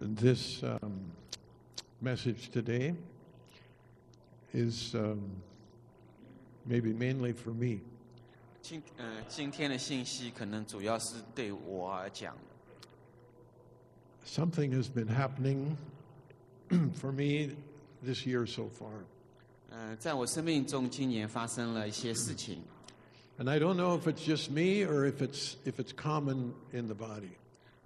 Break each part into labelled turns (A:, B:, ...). A: this um, message today is um, maybe mainly for me.
B: 今呃今天的信息可能主要是对我而讲的。
A: Something has been happening for me this year so far.
B: 呃，在我生命中，今年发生了一些事情，
A: And I don't know if it's just me or if it's, if it's common in the body.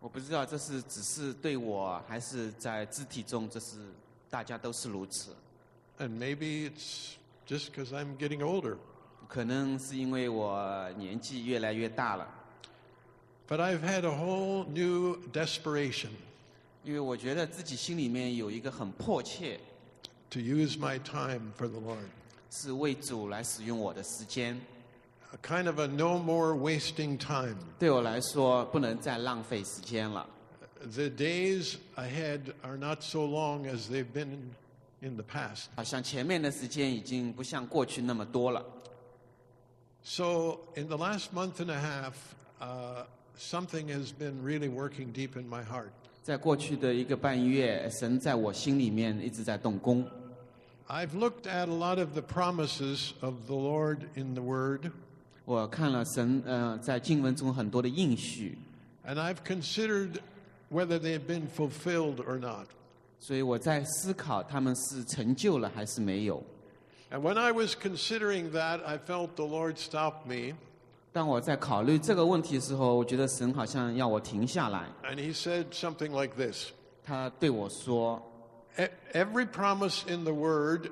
B: 我不知道这是只是对我，还是在肢体中，这是大家都是如此。
A: And maybe it's just because I'm getting older.
B: 可能是因为我年纪越来越大了，
A: But I've had a whole new desperation
B: 因为我觉得自己心里面有一个很迫切，
A: to use my time for the Lord.
B: 是为主来使用我的时间。
A: A kind of a no more wasting time.
B: 对我来说，不能再浪费时间了。
A: The days ahead are not so long as they've been in the past.
B: 好像前面的时间已经不像过去那么多了。
A: So, in the last month and a half, uh, something has been really working deep in my heart.
B: 在过去的一个半月，神在我心里面一直在动工。
A: I've looked at a lot of the promises of the Lord in the Word,
B: 我看了神呃在经文中很多的应许，
A: and I've considered whether they've been fulfilled or not.
B: 所以我在思考他们是成就了还是没有。
A: And when I was considering that, I felt the Lord stopped me,
B: 当我在考虑这个问题的时候，我觉得神好像要我停下来。
A: and He said something like this
B: 他对我说
A: "E- Every promise in the Word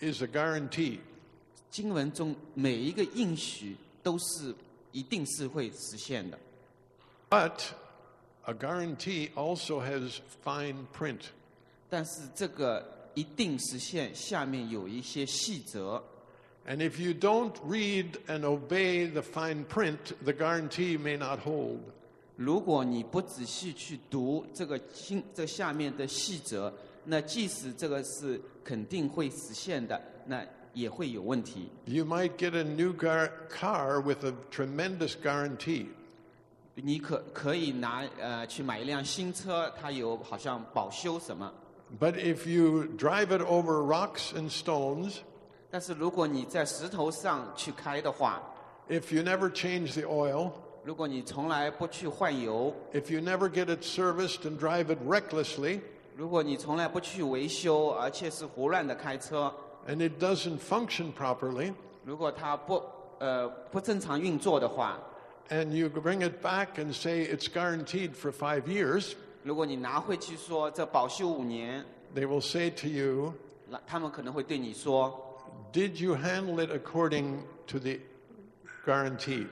A: is a guarantee.：“
B: 经文中每一个应许都是一定是会实现的，
A: But a guarantee also has fine print.
B: 但是这个一定实现下面有一些细则。
A: And if you don't read and obey the fine print, the guarantee may not hold.
B: 如果你不仔细去读这个经这下面的细则，那即使这个是肯定会实现的，那也会有问题。
A: You might get a new gar- car with a tremendous guarantee,
B: 你可可以拿呃去买一辆新车，它有好像保修什么，
A: but if you drive it over rocks and stones,
B: 但是如果你在石头上去开的话，
A: if you never change the oil,
B: 如果你从来不去换油，
A: if you never get it serviced and drive it recklessly,
B: 如果你从来不去维修，而且是胡乱的开车，
A: and it doesn't function properly,
B: 如果它不呃不正常运作的话，
A: and you bring it back and say it's guaranteed for five years,
B: 如果你拿回去说这保修五年，
A: they will say to you,
B: 那他们可能会对你说
A: Did you handle it according to the guarantee?：“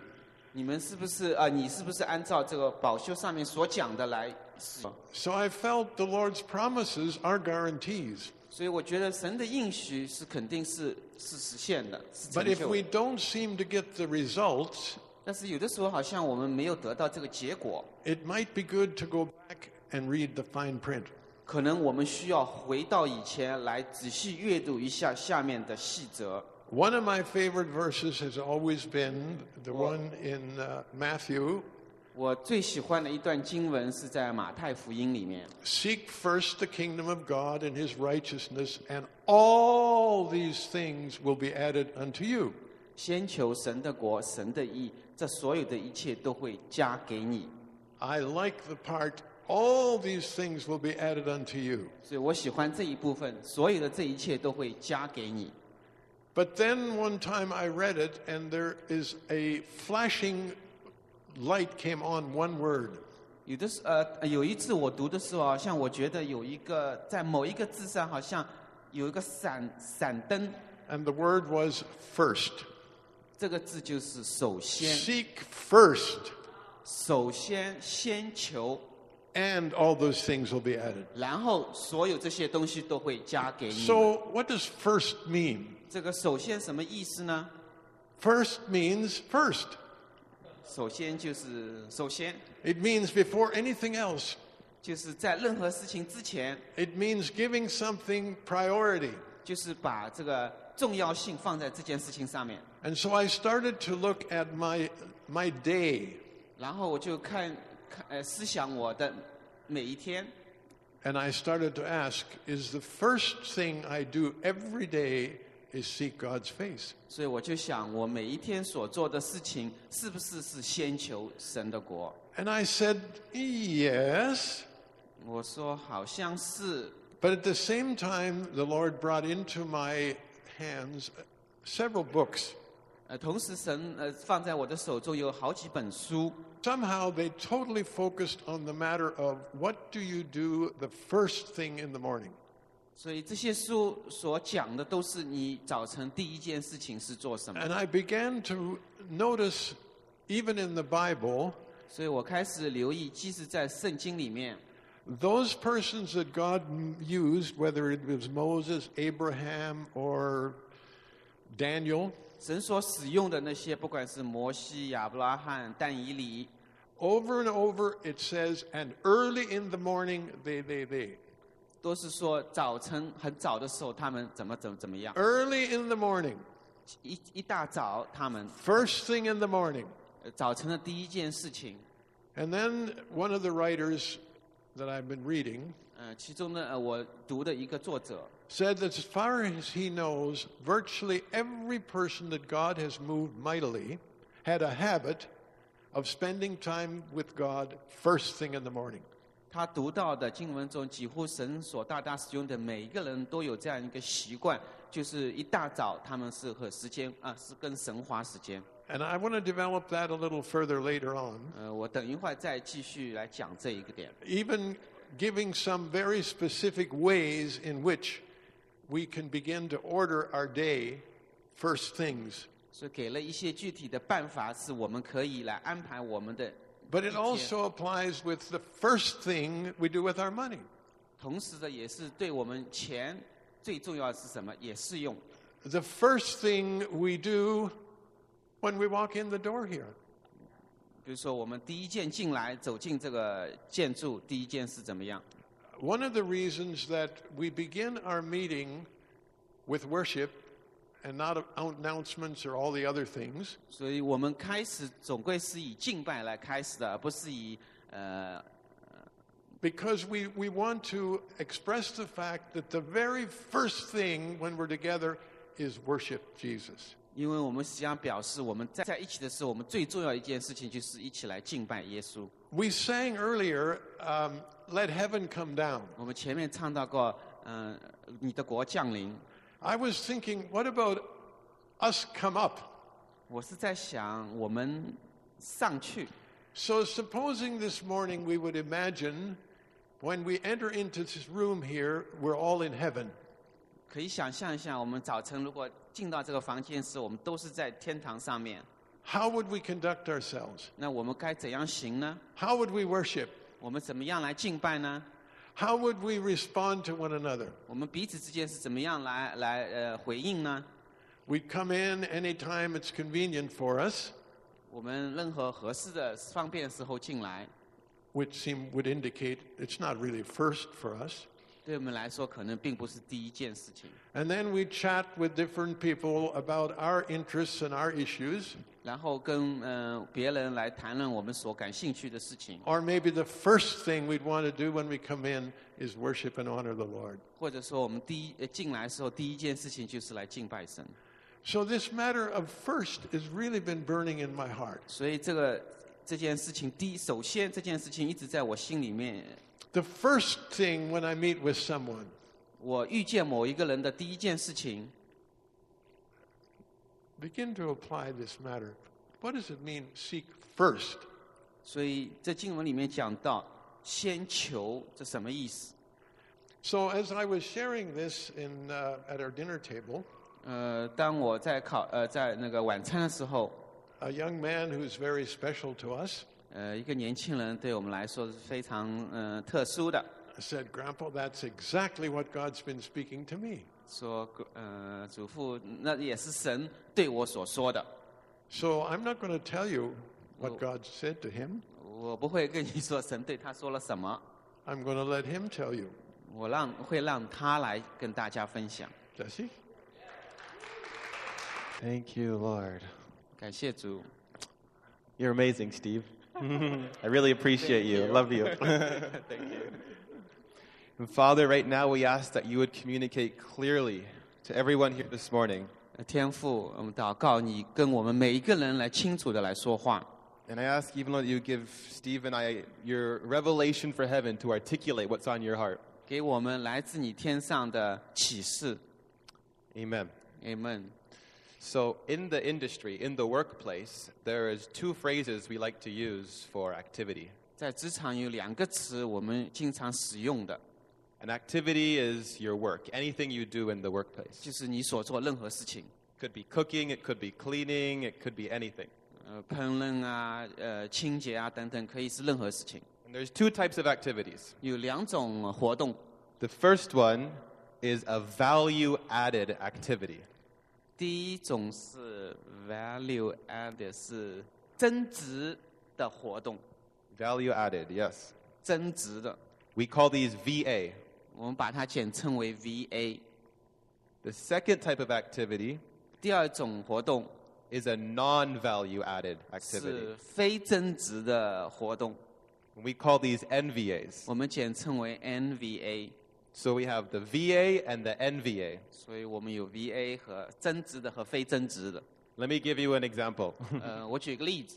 B: 你们是不是啊、呃你是不是按照这个保修上面所讲的来使用
A: So I felt the Lord's promises are guarantees.
B: 所以我觉得神的应许是肯定是是实现的，是
A: But
B: 成
A: if
B: 就
A: we
B: 的。
A: don't seem to get the results,
B: 但是有的时候好像我们没有得到这个结果，
A: it might be good to go back and read the fine print.
B: 可能我们需要回到以前来仔细阅读一下下面的细则。
A: One of my favorite verses has always been the one in uh, Matthew
B: 我最喜欢的一段经文是在马太福音里面，
A: Seek first the kingdom of God and his righteousness, and all these things will be added unto you.
B: 先求神的国，神的义，这所有的一切都会加给你。
A: I like the part, all these things will be added unto you.
B: 所以我喜欢这一部分，所有的这一切都会加给你。
A: But then one time I read it, and there is a flashing light came on one word.
B: 有的时呃，有一次我读的时候，好像我觉得有一个在某一个字上，好像有一个闪闪灯，
A: And the word was first.
B: 这个字就是首先，
A: Seek first,
B: 首先先求，
A: and all those things will be added.
B: 然后所有这些东西都会加给你。
A: So, what does first mean?
B: 这个首先什么意思呢？
A: First means first.
B: 首先就是首先，
A: It means before anything else.
B: 就是在任何事情之前，
A: It means giving something priority.
B: 就是把这个重要性放在这件事情上面。
A: And so I started to look at my my day
B: 然后我就看看呃思想我的每一天，
A: And I started to ask, is the first thing I do every day is seek God's face?
B: 所以我就想，我每一天所做的事情，是不是是先求神的国？
A: And I said, yes.
B: 我说好像是，
A: But at the same time, the Lord brought into my hands several books.
B: 呃，同时神呃放在我的手中有好几本书，
A: Somehow they totally focused on the matter of what do you do the first thing in the morning?
B: 所以这些书所讲的都是你早晨第一件事情是做什么。
A: And I began to notice, even in the Bible,
B: 所以我开始留意，即使在圣经里面，
A: those persons that God m- used, whether it was Moses, Abraham, or Daniel,
B: 神所使用的那些，不管是摩西、亚伯拉罕、但以理，
A: over and over it says, and early in the morning, they, they, they.
B: 都是说早晨很早的时候，他们怎么怎么怎么样，
A: Early in the morning,
B: 一一大早他们
A: first thing in the morning.
B: 呃早晨的第一件事情，
A: And then one of the writers that I've been reading
B: 呃，其中呢，呃，我读的一个作者，
A: said that as far as he knows, virtually every person that God has moved mightily had a habit of spending time with God first thing in the morning.
B: 他读到的经文中，几乎神所大大使用的每一个人都有这样一个习惯，就是一大早他们是和时间啊，是跟神花时间。
A: And I want to develop that a little further later on,
B: 呃，我等一会儿再继续来讲这一个点。
A: even giving some very specific ways in which we can begin to order our day first things.
B: 所以给了一些具体的办法，是我们可以来安排我们的。
A: But it
B: Yeah.
A: also applies with the first thing we do with our money.
B: 同时的，也是对我们钱最重要的是什么，也适用。
A: The first thing we do when we walk in the door here.
B: 比如说，我们第一件进来走进这个建筑，第一件是怎么样？
A: One of the reasons that we begin our meeting with worship and not announcements or all the other things
B: 所以我们开始总归是以敬拜来开始的，而不是以呃，
A: Because we, we want to express the fact that the very first thing when we're together is worship Jesus.
B: 因为我们实际上表示我们在在一起的时候，我们最重要一件事情就是一起来敬拜耶稣。
A: We sang earlier, um, Let Heaven Come Down.
B: 我们前面唱到过，嗯、你的国降临。
A: I was thinking, what about us come up?
B: 我是在想，我们上去，
A: So, supposing this morning we would imagine when we enter into this room here, we're all in heaven.
B: 可以想象一下，我们早晨如果进到这个房间时，我们都是在天堂上面，
A: How would we conduct ourselves?
B: 那我们该怎样行呢？
A: How would we worship?
B: 我们怎么样来敬拜呢？
A: How would we respond to one another?
B: 我们彼此之间是怎么样来来呃回应呢？
A: We come in anytime it's convenient for us,
B: 我们任何合适的、方便的时候进来，
A: which seem, would indicate it's not really first for us.
B: 对我们来说可能并不是第一件事情。
A: And then we chat with different people about our interests and our issues,
B: 然后跟呃别人来谈论我们所感兴趣的事情，
A: or maybe the first thing we'd want to do when we come in is worship and honor the Lord.
B: 或者说我们第一呃进来的时候第一件事情就是来敬拜神。
A: So this matter of first has really been burning in my heart.
B: 所以这个这件事情，第一，首先这件事情一直在我心里面。
A: The first thing when I meet with someone,
B: 我遇见某一个人的第一件事情，
A: begin to apply this matter. What does it mean, seek first?
B: 所以在经文里面讲到“先求”这什么意思？
A: So as I was sharing this in, uh, at our dinner table,
B: 呃，当我在考呃在那个晚餐的时候，
A: a young man who's very special to us
B: 呃，一个年轻人对我们来说是非常呃特殊的，
A: said, Grandpa, that's exactly what God's been speaking to me.
B: 说呃祖父那也是神对我所说的，
A: So I'm not going to tell you what God said to him.
B: 我不会跟你说神对他说了什么，
A: I'm going to let him tell you.
B: 我让会让他来跟大家分享。
A: Jesse?
C: Thank you, Lord.
B: 感谢主，
C: You're amazing, Steve. I really appreciate you. Love you.
B: 对
C: And Father, right now we ask that you would communicate clearly to everyone here this morning.
B: 呃天父，我们祷告你跟我们每一个人来清楚的来说话。
C: And I ask even Lord, that you would give Steve and I your revelation for heaven to articulate what's on your heart.
B: 给我们来自你天上的启示。
C: Amen.
B: Amen。
C: So, in the industry, in the workplace, there is two phrases we like to use for activity.
B: 在职场有两个词我们经常使用的，
C: An activity is your work, anything you do in the workplace.
B: 就是你所做任何事情，
C: Could be cooking, it could be cleaning, it could be anything.
B: 呃，烹饪啊，呃，清洁啊等等，可以是任何事情。
C: And there's two types of activities.
B: 有两种呃活动，
C: The first one is a value added activity.
B: 第一种是 value added，是增值的活动，
C: Value added, yes.
B: 增值的，
C: We call these VA.
B: 我们把它简称为 VA。
C: The second type of activity
B: 第二种活动
C: is a non value added activity.
B: 是非增值的活动，
C: We call these NVAs.
B: 我们简称为 NVA。
C: So we have the VA and the NVA.
B: 所以我们有 VA 和增值的和非增值的。
C: Let me give you an example.
B: 呃，我举个例子，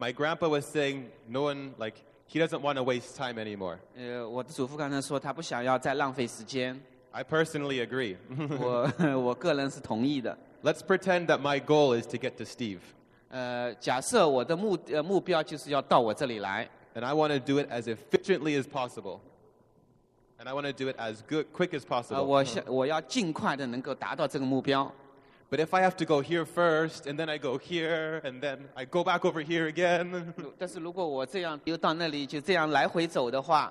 C: My grandpa was saying, no one, like, he doesn't want to waste time anymore.
B: 呃，我的祖父刚才说他不想要再浪费时间，
C: I personally agree.
B: 我 我个人是同意的。
C: Let's pretend that my goal is to get to Steve,
B: 呃，假设我的目呃目标就是要到我这里来，
C: and I want to do it as efficiently as possible, and I want to do it as good, quick as
B: 呃，
C: possible. Uh-huh.
B: 我想我要尽快的能够达到这个目标。
C: But if I have to go here first, and then I go here, and then I go back over here again,
B: 如但是如果我这样又到那里就这样来回走的话，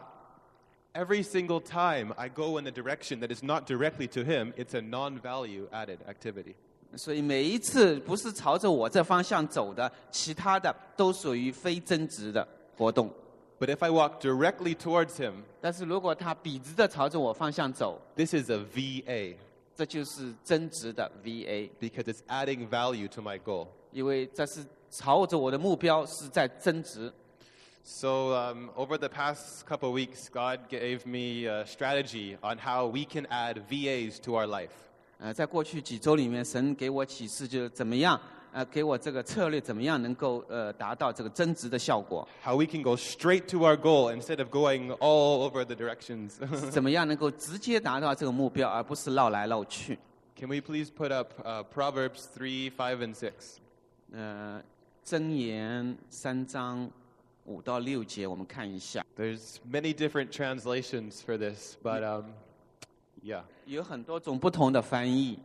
C: every single time I go in a direction that is not directly to him, it's a non-value added activity.
B: 所以每一次不是朝着我这方向走的，其他的都属于非增值的活动。
C: But if I walk directly towards him,
B: 但是如果他笔直的朝着我方向走，
C: this is a VA
B: 这就是增值的 VA，
C: because it's adding value to my goal.
B: 因为这是朝着我的目标是在增值。
C: So, um, over the past couple weeks, God gave me a strategy on how we can add VAs to our life.
B: 呃，在过去几周里面，神给我启示就是怎么样，呃，给我这个策略怎么样能够呃达到这个增值的效果，
C: How we can go straight to our goal instead of going all over the directions.
B: 怎么样能够直接达到这个目标，而不是绕来绕去。
C: can we please put up uh, Proverbs 3, 5, and 6?
B: 呃，箴言三章五到六节，我们看一下，
C: There's many different translations for this, but um, yeah.
B: 有很多种不同的翻译。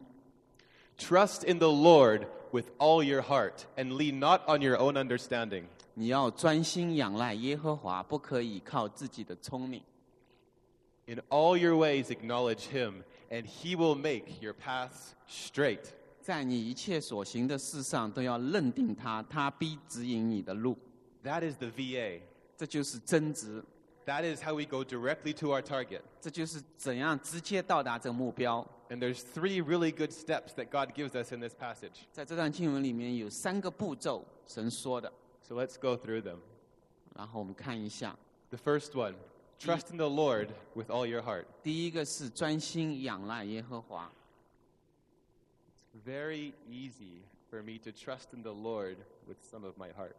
C: Trust in the Lord with all your heart and lean not on your own understanding.
B: 你要专心仰赖耶和华，不可以靠自己的聪明。
C: In all your ways acknowledge him, and he will make your paths straight.
B: 在你一切所行的事上都要认定他，他必指引你的路。
C: That is the VA.
B: 这就是增值，
C: That is how we go directly to our target.
B: 这就是怎样直接到达这个目标。
C: And there's three really good steps that God gives us in this passage.
B: 在这段经文里面有三个步骤，神说的，
C: So let's go through them.
B: 然后我们看一下。
C: The first one trust in the Lord with all your heart.
B: 第一个是专心仰赖耶和华，
C: It's very easy for me to trust in the Lord with some of my heart.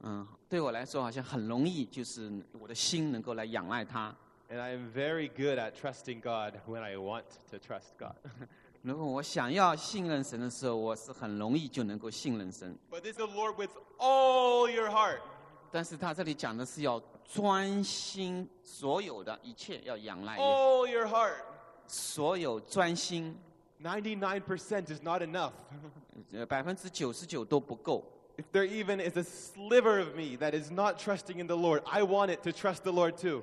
B: 嗯，对我来说好像很容易，就是我的心能够来仰赖他。
C: And I am very good at trusting God when I want to trust God.
B: 如果我想要信任神的时候，我是很容易就能够信任神。
C: but this is the Lord with all your heart.
B: 但是他这里讲的是要专心所有的一切要仰赖耶和华
C: All your heart.
B: 所有专心，
C: 99% is not enough.
B: 呃，百分之九十九都不够。
C: If there even is a sliver of me that is not trusting in the Lord, I want it to trust the Lord too.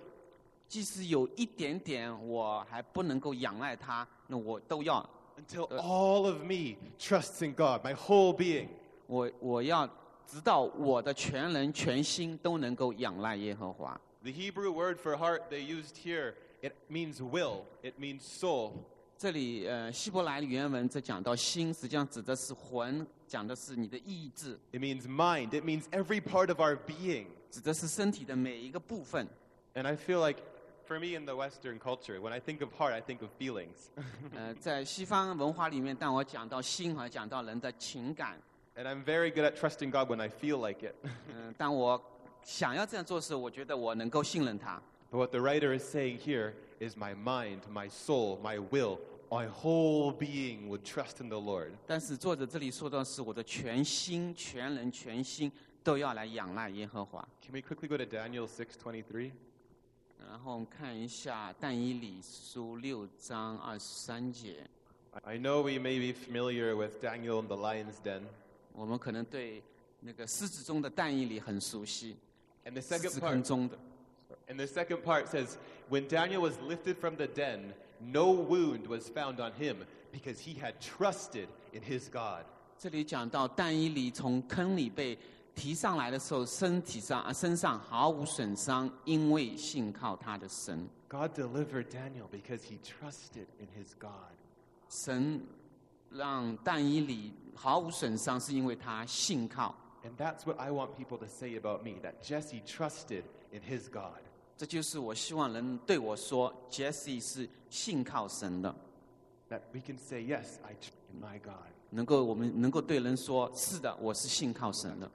B: 即使有一点点，我还不能够仰赖他，那我都要，
C: Until all of me trusts in God, my whole being.
B: 我我要直到我的全人全心都能够仰赖耶和华。
C: The Hebrew word for heart they used here, it means will, it means soul.
B: 这里呃，希伯来原文这讲到心，实际上指的是魂，讲的是你的意志，
C: It means mind, it means every part of our being.
B: 指的是身体的每一个部分。
C: And I feel like for me in the Western culture, when I think of heart, I think of feelings.
B: 呃，在西方文化里面，当我讲到心和讲到人的情感，
C: and I'm very good at trusting God when I feel like it.
B: 嗯、当我想要这样做时，我觉得我能够信任他。
C: But what the writer is saying here is my mind, my soul, my will, my whole being would trust in the Lord.
B: 但是作者这里说到是我的全心、全人、全心都要来仰赖耶和华。
C: Can we quickly go to Daniel 6:23?
B: 然后我们看一下但以理书六章二十三节，
C: I know we may be familiar with Daniel in the lion's den.
B: 我们可能对那个狮子中的但以理很熟悉，
C: And the
B: 狮
C: second
B: 子坑
C: part,
B: 中的。
C: and the second part says, when Daniel was lifted from the den, no wound was found on him because he had trusted in his God.
B: 这里讲到但以理从坑里被提上来的时候，身体上啊身上毫无损伤，因为信靠他的神。
C: God delivered Daniel because he trusted in his God.
B: 神让但以理毫无损伤，是因为他信靠。
C: And that's what I want people to say about me that Jesse trusted in his God.
B: 这就是我希望人对我说，Jesse 是信靠神的，
C: That we can say, yes, I trust in my God.
B: 能够我们能够对人说，是的，我是信靠神的。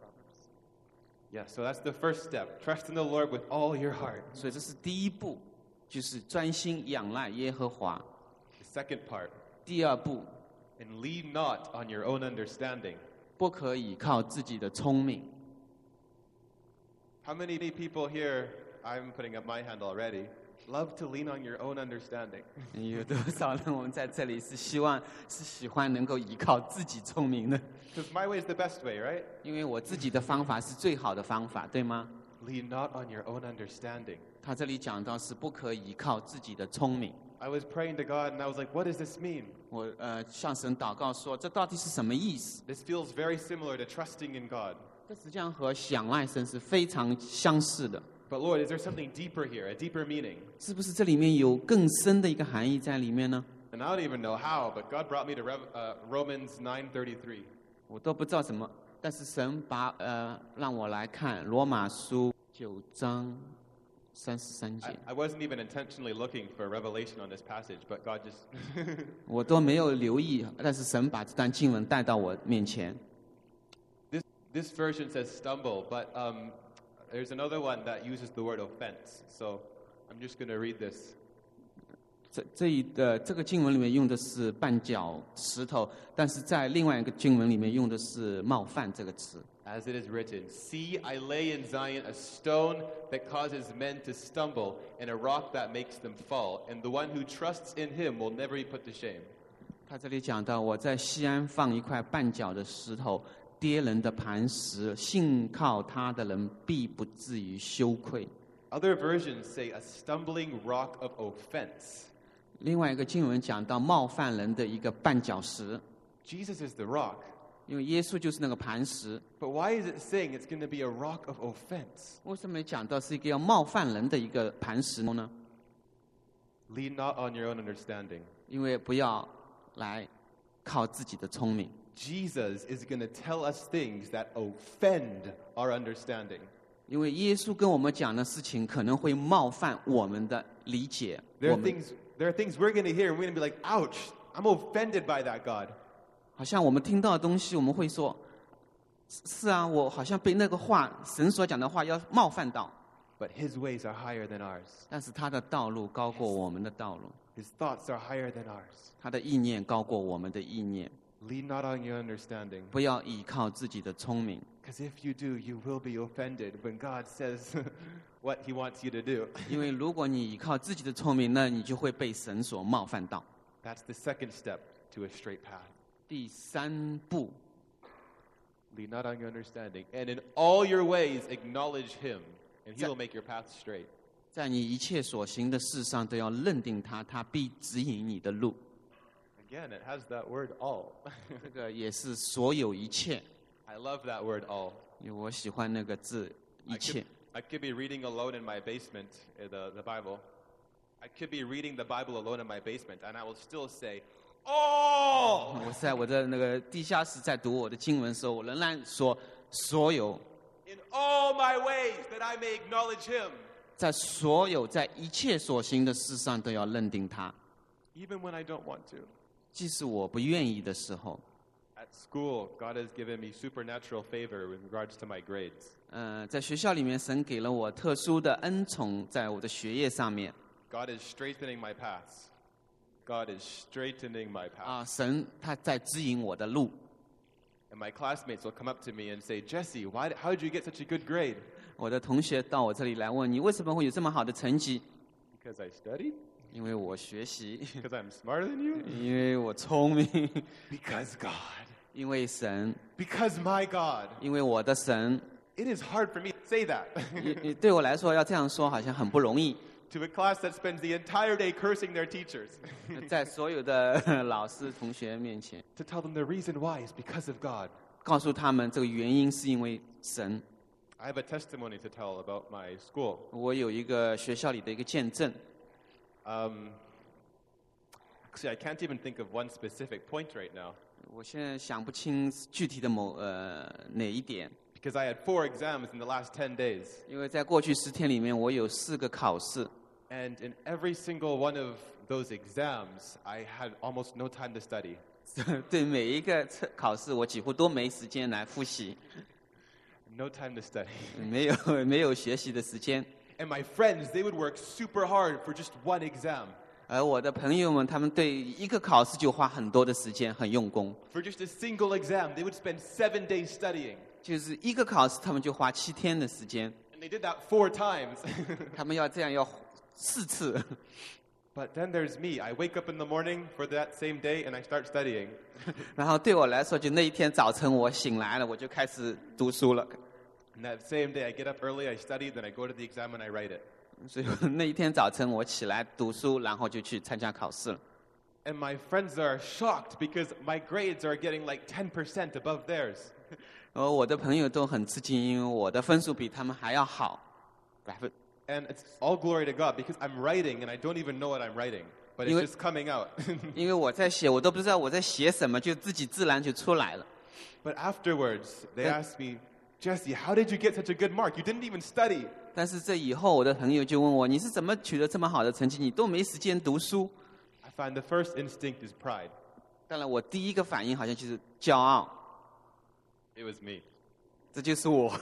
C: Yeah, so that's the first step. Trust in the Lord with all your heart.
B: 所以这是第一步，就是专心仰赖耶和华。
C: The second part,
B: 第二步，
C: and lean not on your own understanding.
B: 不可以靠自己的聪明。
C: How many people here, I'm putting up my hand already, love to lean on your own understanding?
B: 有多少人我们在这里是希望是喜欢能够依靠自己聪明的？
C: Because my way is the best way, right?
B: 因为我自己的方法是最好的方法，对吗？
C: Lean not on your own understanding.
B: 他这里讲到是不可以靠自己的聪明。
C: I was praying to God and I was like, what does this mean?
B: 我呃向神祷告说，这到底是什么意思？
C: This feels very similar to trusting in God.
B: 这实际上和想赖神是非常相似的，
C: But Lord, is there something deeper here, a deeper meaning?
B: 是不是？这里面有更深的一个含义在里面呢？
C: And I don't even know how, but God brought me to Rev- uh, Romans 9:33.
B: 我都不知道什么。但是神把呃让我来看罗马书九章三十三节
C: I-，I wasn't even intentionally looking for revelation on this passage, but God just
B: 我都没有留意，但是神把这段经文带到我面前。
C: This, this version says stumble, but um, there's another one that uses the word offense. So I'm just going to read this.
B: 这这一的、这个经文里面用的是绊脚石头，但是在另外一个经文里面用的是冒犯这个词。
C: As it is written, See, I lay in Zion a stone that causes men to stumble, and a rock that makes them fall, and the one who trusts in him will never be put to shame.
B: 他这里讲到，我在西安放一块绊脚的石头，跌人的磐石，信靠他的人必不至于羞愧。
C: Other versions say a stumbling rock of offense.
B: 另外一个经文讲到冒犯人的一个绊脚石，
C: Jesus is the rock.
B: 因为耶稣就是那个磐石。
C: But why is it saying it's going to be a rock of offense?
B: 为什么讲到是一个要冒犯人的一个磐石呢？
C: Lean not on your own understanding.
B: 因为不要来靠自己的聪明，
C: Jesus is going to tell us things that offend our understanding.
B: 因为耶稣跟我们讲的事情可能会冒犯我们的理解。我
C: There are
B: 们
C: things, there are things we're going to hear and we're going to be like, ouch, I'm offended by that, God.
B: 好像我们听到的东西，我们会说：“是是啊，我好像被那个话，神所讲的话要冒犯到。
C: But his ways are higher than ours. ”
B: 但是他的道路高过我们的道路，
C: His thoughts are higher than ours.
B: 他的意念高过我们的意念。
C: Lean not on your understanding.
B: 不要倚靠自己的聪明，
C: Because if you do, you will be offended when God says what he wants you to do.
B: 因为如果你倚靠自己的聪明，那你就会被神所冒犯到。
C: That's the second step to a straight path.
B: 第三步，
C: Lean not on your understanding. And in all your ways, acknowledge him, and he
B: Yeah.
C: will make your path straight.
B: 在你一切所行的事上都要认定他，他必指引你的路。
C: Again, it has that word all.
B: 这个也是所有一切，
C: I love that word all.
B: 因为我喜欢那个字“一
C: I
B: 切
C: could, I could be reading alone in my basement, uh, the, the Bible. I could be reading the Bible alone in my basement, and I will still say, ”。all.
B: 我在我的那个地下室在读我的经文的时候，我仍然说所有
C: in all my ways that I may acknowledge him.
B: 在所有在一切所行的事上都要认定他，
C: even when I don't want to.
B: 即使我不愿意的时候。
C: At school, God has given me supernatural favor with regards to my grades.
B: 呃，在学校里面，神给了我特殊的恩宠，在我的学业上面
C: God is straightening my paths. God is straightening my path.
B: 啊，神他在指引我的路
C: and my classmates will come up to me and say, Jesse, why, how did you get such a good grade?
B: 我的同学到我这里来问你为什么会有这么好的成绩？
C: Because I study?
B: 因为我学习，
C: Because I'm smarter than you?
B: 因为我聪明，
C: Because God.
B: 因为神，
C: Because my God.
B: 因为我的神。
C: It is hard for me to say that
B: 也也对我来说，要这样说好像很不容易。
C: to a class that spends the entire day cursing their teachers.
B: 在所有的老师、同学面前，
C: to tell them the reason why is because of God.
B: 告诉他们这个原因是因为神。
C: I have a testimony to tell about my school.
B: 我有一个学校里的一个见证，
C: Um, actually, I can't even think of one specific point right now
B: 我现在想不清具体的某呃哪一点，
C: because I had four exams in the last 10 days.
B: 因为在过去十天里面，我有四个考试，
C: And in every single one of those exams, I had almost no time to study.
B: 对每一个测考试我几乎都没时间来复习，
C: No time to study.
B: 没有没有学习的时间。
C: And my friends, they would work super hard for just one exam,
B: 而我的朋友们，他们对一个考试就花很多的时间，很用功。
C: for just a single exam. They would spend seven days studying.
B: 就是一个考试，他们就花七天的时间，
C: And they did that four times.
B: 他们要这样要四次。
C: but then there's me. I wake up in the morning for that same day and I start studying.
B: 然后对我来说，就那一天早晨我醒来了，我就开始读书了。
C: And that same day, I get up early, I study, then I go to the exam and I write it.
B: 所以那一天早晨我起来读书，然后就去参加考试了。
C: And my friends are shocked because my grades are getting like 10% above theirs.
B: 而我的朋友都很吃惊，因为我的分数比他们还要好，百分
C: And it's all glory to God because I'm writing and I don't even know what I'm writing, but it's
B: You-
C: just coming out.
B: 因为我在写，我都不知道我在写什么，就自己自然就出来了。
C: but afterwards, they
B: That-
C: asked me, Jesse, how did you get such a good mark? You didn't even study.
B: 但是这以后，我的朋友就问我：“你是怎么取得这么好的成绩？你都没时间读书
C: I find the first instinct is pride.？”
B: 当然，我第一个反应好像就是骄傲，
C: It was me.
B: 这就是我。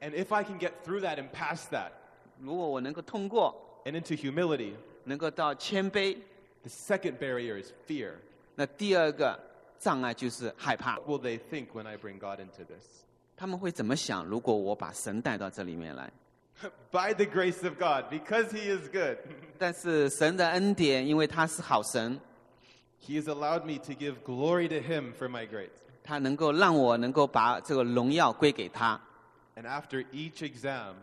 C: And if I can get through that and past that
B: 如果我能够通过，
C: and into humility,
B: 能够到谦卑，
C: the second barrier is fear.
B: 那第二个障碍就是害怕
C: What。will they think when I bring God into this?
B: 他们会怎么想？如果我把神带到这里面来，
C: By the grace of God, because He is good,
B: 但是神的恩典，因为他是好神，
C: He has allowed me to give glory to Him for my grades.
B: 他能够让我能够把这个荣耀归给他。
C: And after each exam,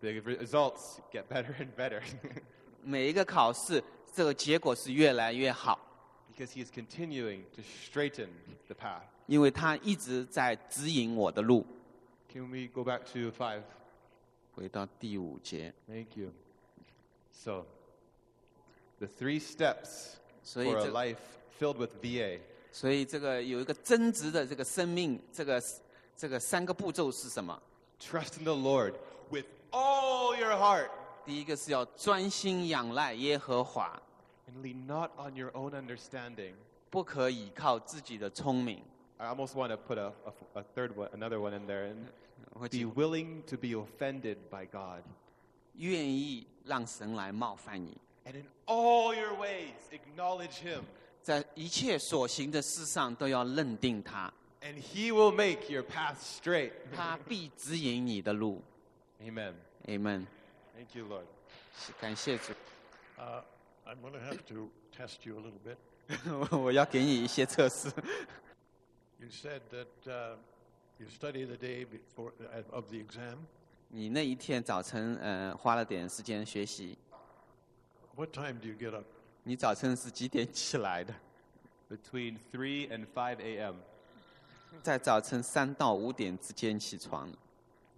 C: the results get better and better
B: 每一个考试，这个结果是越来越好，
C: because he is continuing to straighten the path.
B: 因为他一直在指引我的路。
C: Can we go back to five?
B: 回到第五节，
C: Thank you. So, the three steps
B: So
C: for
B: it's
C: a
B: a-
C: life filled with VA.
B: 所以这个有一个增值的这个生命，这个这个三个步骤是什么？
C: Trust in the Lord with all your heart
B: 第一个是要专心仰赖耶和华，
C: and lean not on your own understanding.
B: 不可以靠自己的聪明。
C: I almost want to put a, a, a third one, another one in there. And
B: 我
C: be
B: 就
C: willing to be offended by God.
B: 愿意让神来冒犯你，
C: And in all your ways, acknowledge him,
B: 在一切所行的事上都要认定 他，
C: and he will make your path straight.
B: 他必指引你的路。
C: Amen.
B: Amen。
C: Thank you, Lord.
B: 感谢主，
A: Uh, I'm going to have to test you a little bit.
B: 我要给你一些测试。
A: You said that uh, you study the day before uh, of the exam.
B: 你那一天早晨，呃，花了点时间学习。
A: What time do you get up?
B: 你早晨是几点起来的？
C: Between 3 and 5 a.m.,
B: 在早晨三到五点之间起床。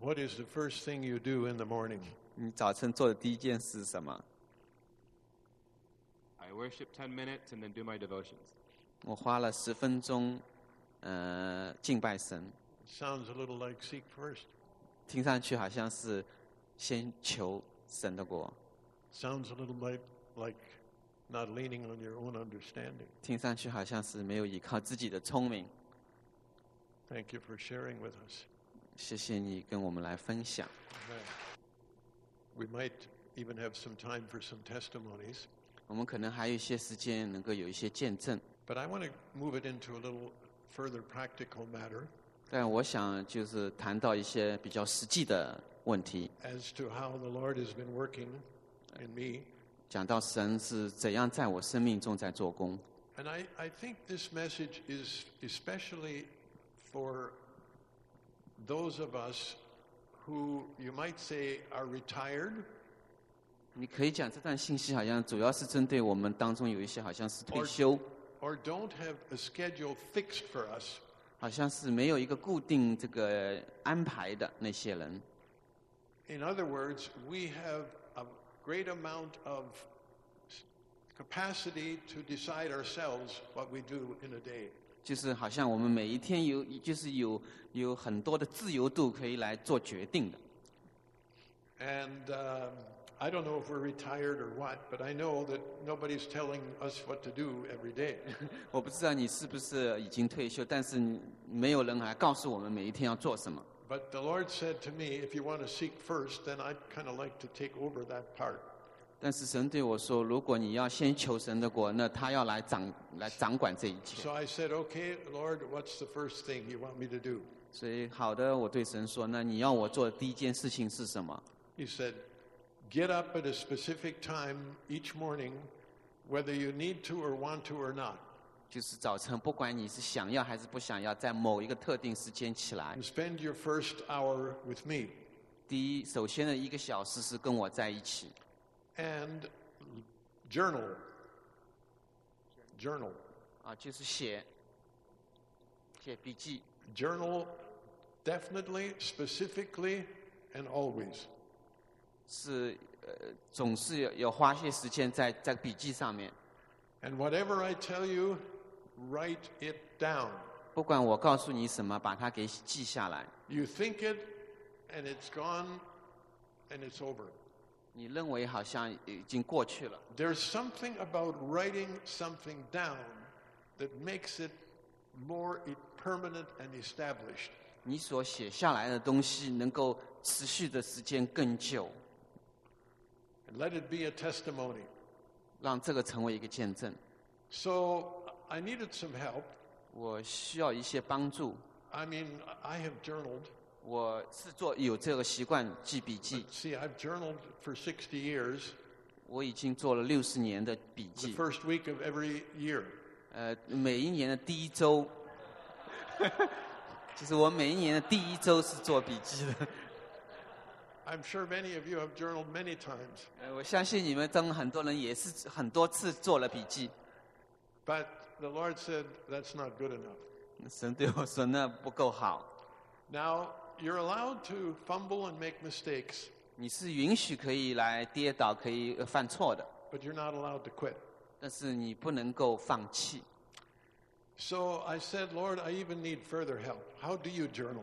A: What is the first thing you do in the morning?
B: 你早晨做的第一件事是什么？
C: I worship 10 minutes and then do my devotions.
B: 我花了十分钟，呃，敬拜神。
A: Sounds a little like seek first.
B: 听上去好像是先求神的国。
A: Sounds a little bit like not leaning on your own understanding.
B: 听上去好像是没有依靠自己的聪明。
A: Thank you for sharing with us.
B: 谢谢你跟我们来分享。
A: Amen. We might even have some time for some testimonies,
B: 我们可能还有一些时间能够有一些见证，
A: but I want to move it into a little further practical matter
B: 但我想就是谈到一些比较实际的问题，
A: as to how the Lord has been working in me.
B: 讲到神是怎样在我生命中在做工。
A: And I, I think this message is especially for those of us who you might say are retired
B: 你可以讲这段信息好像主要是针对我们当中有一些好像是退
A: Or-
B: 休，
A: or don't have a schedule fixed for us.
B: 好像是没有一个固定这个安排的那些人。
A: In other words, we have a great amount of s- capacity to decide ourselves what we do in a day.
B: 就是好像我们每一天有，就是有有很多的自由度可以来做决定的。
A: And um, I don't know if we're retired or what, but I know that nobody's telling us what to do every day.
B: 我不知道你是不是已经退休，但是你没有人来告诉我们每一天要做什么。
A: But the Lord said to me, if you want to seek first, then I'd kind of like to take over that part.
B: 但是神对我说，如果你要先求神的国，那他要来掌来掌管这一切。
A: So I said, okay, Lord, what's the first thing you want me to do?
B: 所以，好的，我对神说，那你要我做的第一件事情是什么？
A: He said, get up at a specific time each morning, whether you need to or want to or not,
B: 就是早晨，不管你是想要还是不想要，在某一个特定时间起来。
A: and spend your first hour with me.
B: 第一，首先的一个小时是跟我在一起，
A: And journal. Journal.
B: 啊，就是写写笔记，
A: Journal definitely, specifically, and always.
B: 是呃，总是要要花些时间在在笔记上面。
A: And whatever I tell you, write it down.
B: 不管我告诉你什么，把它给记下来。
A: You think it, and it's gone, and it's over.
B: 你认为好像已经过去了，
A: There's something about writing something down that makes it more e- permanent and established.
B: 你所写下来的东西能够持续的时间更久，
A: And let it be a testimony.
B: 让这个成为一个见证。
A: So I needed some help.
B: 我需要一些帮助。
A: I mean, I have journaled.
B: 我是做有这个习惯记笔记，
A: See, I've journaled for 60 years,
B: 我已经做了六十年的笔
A: the
B: 记，
A: first week of every year.
B: 呃，每一年的第一周，就是我每一年的第一周是做笔记的。
A: I'm sure many of you have journaled many times.
B: 呃我相信你们中很多人也是很多次做了笔记。
A: But the Lord said, that's not good enough.
B: 神对我说那不够好，
A: Now, you're allowed to fumble and make mistakes,
B: 你是允许可以来跌倒、可以呃犯错的，
A: but you're not allowed to quit.
B: 但是你不能够放弃。
A: So I said, Lord, I even need further help. How do you journal?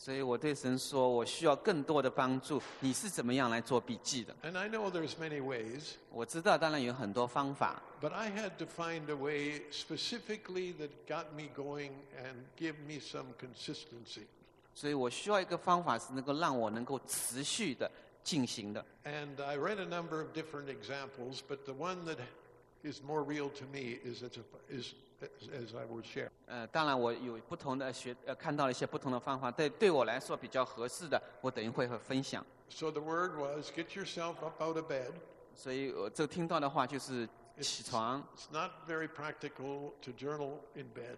B: 所以我对神说，我需要更多的帮助。你是怎么样来做笔记的？
A: And I know there's many ways,
B: 我知道，当然有很多方法，
A: but I had to find a way specifically that got me going and give me some consistency.
B: 所以我需要一个方法是能够让我能够持续的进行的。
A: And I read a number of different examples, but the one that is more real to me is, it's a, is as I will share.
B: 呃，当然我有不同的学，呃，看到了一些不同的方法，对对我来说比较合适的，我等一会会分享。
A: So the word was get yourself up out of bed.
B: 所以我这听到的话就是起床，
A: It's not very practical to journal in bed.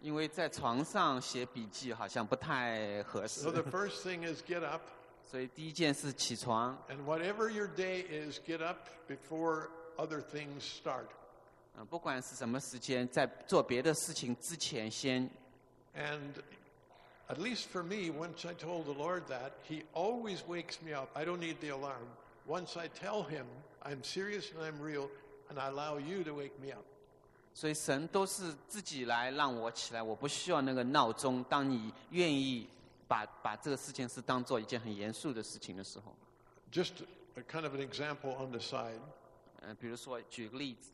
B: 因为在床上写笔记好像不太合
A: So
B: 适，
A: the first thing is get up,
B: 所以第一件事起床。
A: and whatever your day is, get up before other things start.
B: 嗯、不管是什么时间，在做别的事情之前先。
A: And at least for me, once I told the Lord that, He always wakes me up. I don't need the alarm. Once I tell Him I'm serious and I'm real, and I allow you to wake me up.
B: 所以神都是自己来让我起来，我不需要那个闹钟。当你愿意把把这个事情是当做一件很严肃的事情的时候，
A: Just a kind of an example on the side.
B: 呃，比如说举个例子，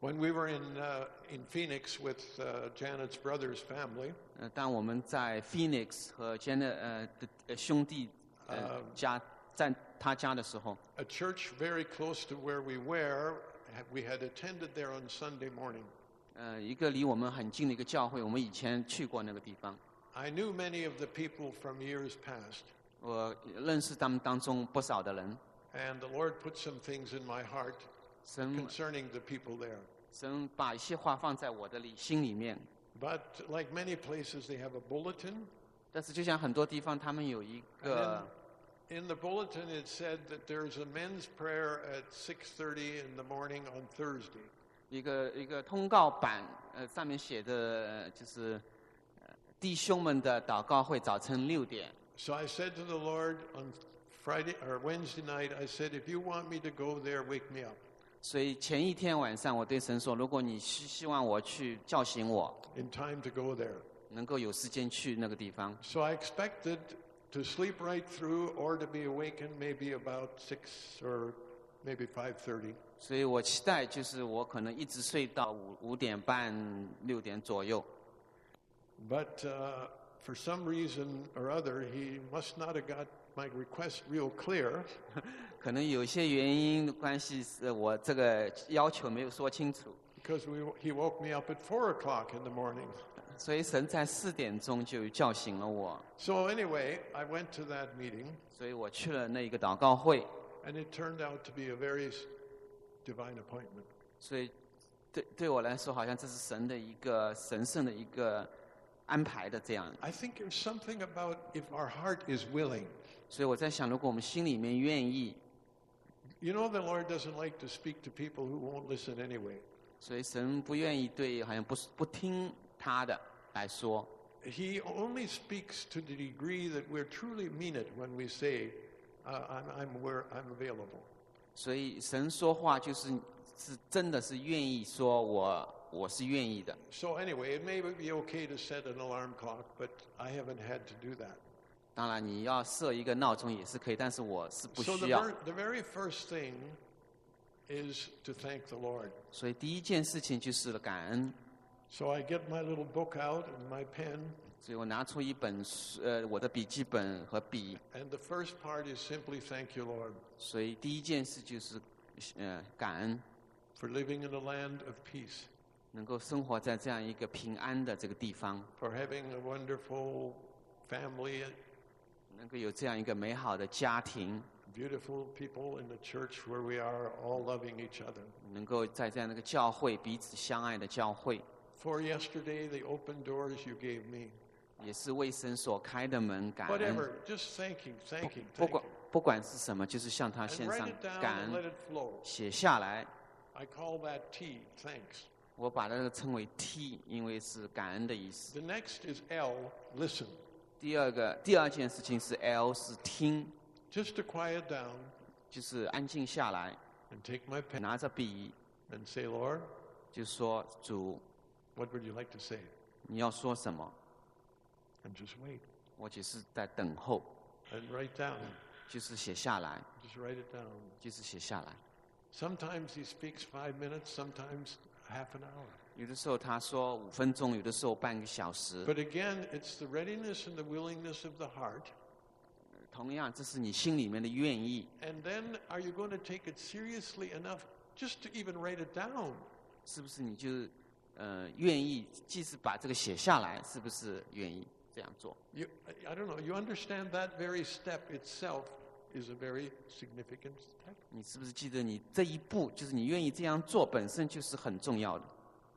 A: When we were in, uh, in Phoenix with uh, Janet's brother's family,
B: 呃，当我们在 Phoenix 和 Janet 呃的呃兄弟呃家在他家的时候，
A: a church very close to where we were, ha- we had attended there on Sunday morning.
B: 呃，一个离我们很近的一个教会，我们以前去过那个地方，
A: I knew many of the people from years past,
B: 我认识他们当中不少的人，
A: and the Lord put some things in my heart
B: 神
A: concerning the people there.
B: 神把一些话放在我的里心里面，
A: But like many places, they have a bulletin.
B: 但是就像很多地方，他们有一
A: And
B: 个
A: in the bulletin, it said that there's a men's prayer at 6:30 in the morning on Thursday.
B: 一个一个通告板，呃，上面写的呃就是、呃弟兄们的祷告会，早晨六点。
A: So I said to the Lord on Friday or Wednesday night, I said, if you want me to go there, wake me up.
B: 所以前一天晚上，我对神说：“如果你希希望我去叫醒我，
A: In time to go there.
B: 能够有时间去那个地方，
A: So I expected to sleep right through or to be awakened maybe about 6 or maybe 5:30.
B: 所以我期待就是我可能一直睡到五五点半六点左右。
A: But uh, for some reason or other, he must not have got my request real clear.
B: 可能有些原因的关系，是我这个要求没有说清楚，
A: Because we, he woke me up at four o'clock in the morning.
B: 所以神在四点钟就叫醒了我，
A: So, anyway, I went to that meeting,
B: 所以我去了那个祷告会。
A: and it turned out to be a very s- divine appointment.
B: 所以对对我来说，好像这是神的一个神圣的一个安排的这样。
A: I think there's something about if our heart is willing.
B: 所以我在想，如果我们心里面愿意，
A: You know, the Lord doesn't like to speak to people who won't listen anyway.
B: 所以神不愿意对好像不不听他的来说，
A: He only speaks to the degree that we truly mean it when we say, uh, I'm, I'm, where, I'm available.
B: 所以神说话就是是真的是愿意说我我是愿意的。
A: So, anyway, it may be okay to set an alarm clock, but I haven't had to do that.
B: 当然你要设一个闹钟也是可以，但是我是不
A: So the,
B: 需要。
A: ver- the very first thing is to thank the Lord.
B: 所以第一件事情就是感恩。
A: So I get my little book out and my pen,
B: 所以我拿出一本书呃我的笔记本和笔，
A: and the first part is simply thank you, Lord,
B: 所以第一件事就是，呃，感恩，
A: for living in a land of peace,
B: 能够生活在这样一个平安的这个地方，
A: for having a wonderful family,
B: 能够有这样一个美好的家庭，
A: beautiful people in the church where we are, all loving each other.
B: 能够在这样的一个教会彼此相爱的教会，
A: For yesterday, the open doors you gave me.
B: 也是为神所开的门，感恩。
A: Whatever, just thanking, thanking,
B: 不
A: thanking.
B: 管不管是什么，就是向他
A: And
B: 献
A: write
B: 上
A: it down
B: 感
A: and
B: 恩
A: let，it flow.
B: 写下来。
A: I call that T, thanks.
B: 我把那个称为 T，因为是感恩的意思。
A: The next is L, listen.
B: 第二个，第二件事情是 L 是听，
A: Just to quiet down
B: 就是安静下来，
A: and take my pen
B: 拿着笔，
A: and say, Lord,
B: 就说主，
A: what would you like to say?
B: 你要说什么？
A: And just wait
B: 我只是在等候，
A: and write down.
B: 就是写下来，
A: Just write it down.
B: 就是写下来。
A: Sometimes he speaks five minutes, sometimes half an hour.
B: 有的时候他说五分钟，有的时候半个小时。
A: But again, it's the readiness and the willingness of the heart.
B: 呃同样，这是你心里面的愿意。
A: And then are you going to take it seriously enough just to even write it down?
B: 是不是你就呃愿意？即使把这个写下来，是不是愿意这样做？
A: You, I- I don't know. You understand that very step itself is a very significant step.
B: 你是不是记得你这一步，就是你愿意这样做，本身就是很重要的。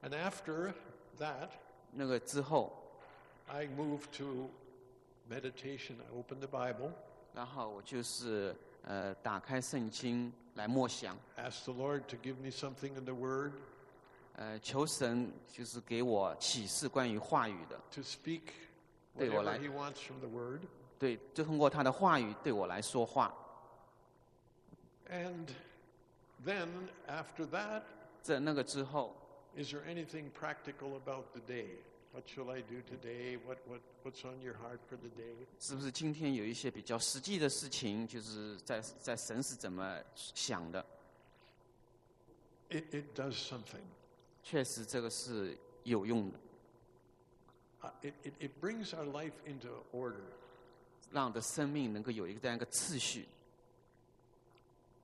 A: And after that,
B: 那个之后，
A: I move to meditation. I open the Bible,
B: 然后我就是呃打开圣经来默想，
A: ask the Lord to give me something in the Word,
B: 呃求神就是给我启示关于话语的。
A: to speak
B: They were
A: whatever
B: like-
A: He wants from the Word.
B: 对，就通过他的话语对我来说话。
A: And then after that,
B: 在那个之后，
A: is there anything practical about the day? What shall I do today? What, what, what's on your heart for the day?
B: 是不是今天有一些比较实际的事情，就是在在神是怎么想的？
A: It, it does something.
B: 确实，这个是有用的，
A: Uh, it, it, it brings our life into order.
B: 让的生命能够有一个这样一个次序，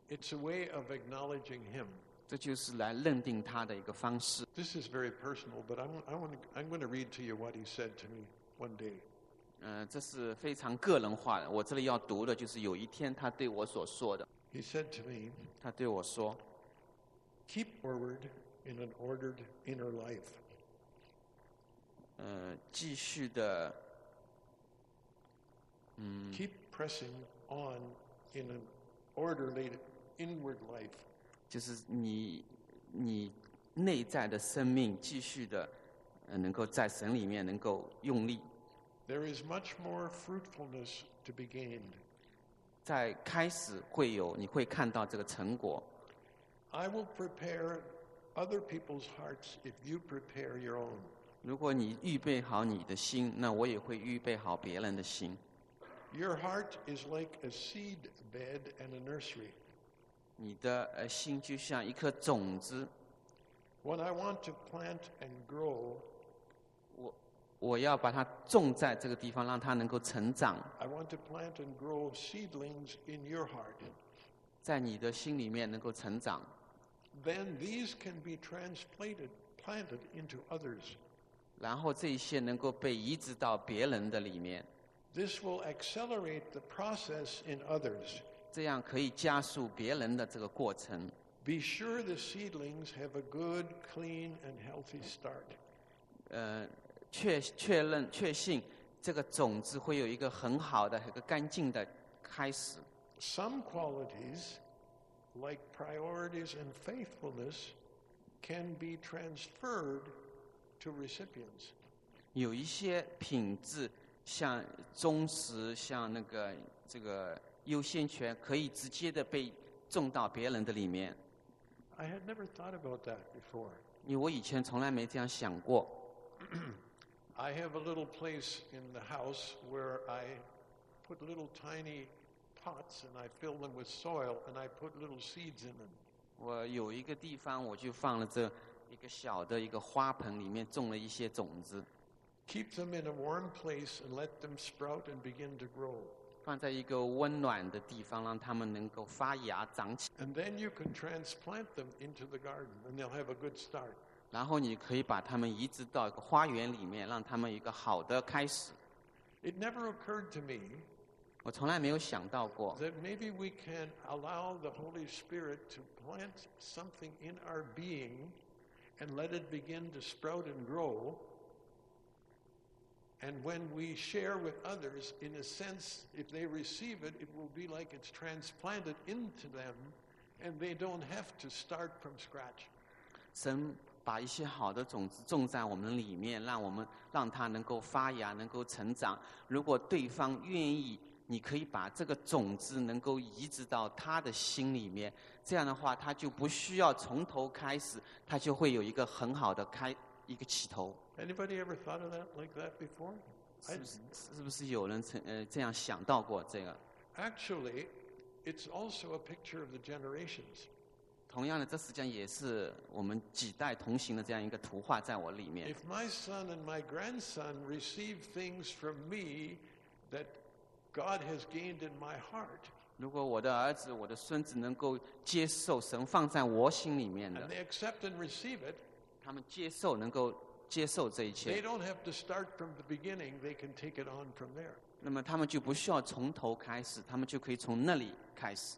A: It's a way of acknowledging Him.
B: 这就是来认定他的一个方式。
A: This is very personal, but I'm, I want to, I'm going to read to you what He said to me one day.
B: 嗯、这是非常个人化的。我这里要读的就是有一天他对我所说的，
A: He said to me,
B: 他对我说
A: Keep forward in an ordered inner life.：“
B: 呃，继续的
A: Keep pressing on in an orderly inward life.
B: 就是你你内在的生命继续的，呃，能够在神里面能够用力，
A: There is much more fruitfulness to be gained.
B: 在开始会有你会看到这个成果。
A: I will prepare other people's hearts if you prepare your own.
B: 如果你预备好你的心，那我也会预备好别人的心。
A: Your heart is like a seed bed and a nursery.
B: 你的呃心就像一颗种子，
A: When I want to plant and grow,
B: 我我要把它种在这个地方，让它能够成长，
A: I want to plant and grow seedlings in your heart.
B: 在你的心里面能够成长。
A: Then these can be transplanted planted into others.
B: 然后这一些能够被移植到别人的里面，
A: This will accelerate the process in others.
B: 这样可以加速别人的这个过程。
A: Be sure the seedlings have a good, clean, and healthy start.
B: 呃，确确认确信这个种子会有一个很好的、一个干净的开始。
A: Some qualities, like priorities and faithfulness, can be transferred to recipients.
B: 有一些品质，像忠实，像那个这个优先权，可以直接的被种到别人的里面。
A: I had never thought about that before.
B: 因为我以前从来没这样想过。
A: I have a little place in the house where I put little tiny pots and I fill them with soil and I put little seeds in them.
B: 我有一个地方，我就放了这一个小的一个花盆，里面种了一些种子，
A: Keep them in a warm place and let them sprout and begin to grow.
B: 放在一个温暖的地方，让它们能够发芽长起。
A: And then you can transplant them into the garden and they'll have a good start.
B: 然后你可以把它们移植到一个花园里面，让它们有一个好的开始。
A: It never occurred to me
B: 我从来没有想到过，
A: that maybe we can allow the Holy Spirit to plant something in our being and let it begin to sprout and grow. And when we share with others, in a sense, if they receive it, it will be like it's transplanted into them and they don't have to start from scratch.
B: 神把一些好的种子种在我们里面，让我们让它能够发芽，能够成长。如果对方愿意，你可以把这个种子能够移植到他的心里面，这样的话，他就不需要从头开始，他就会有一个很好的开一个起头。
A: Anybody ever thought of that like that before?
B: 是不是是不是有人曾呃这样想到过这个？
A: Actually, it's also a picture of the generations.
B: 同样的，这实际上也是我们几代同行的这样一个图画在我里面。
A: If my son and my grandson receive things from me that God has gained in my heart,
B: 如果我的儿子、我的孙子能够接受神放在我心里面
A: and
B: 的，
A: they accept and receive it,
B: 他们接受能够接受这一
A: they
B: 切，
A: don't have to start from the beginning. They can take it on from there.
B: 那么他们就不需要从头开始，他们就可以从那里开始。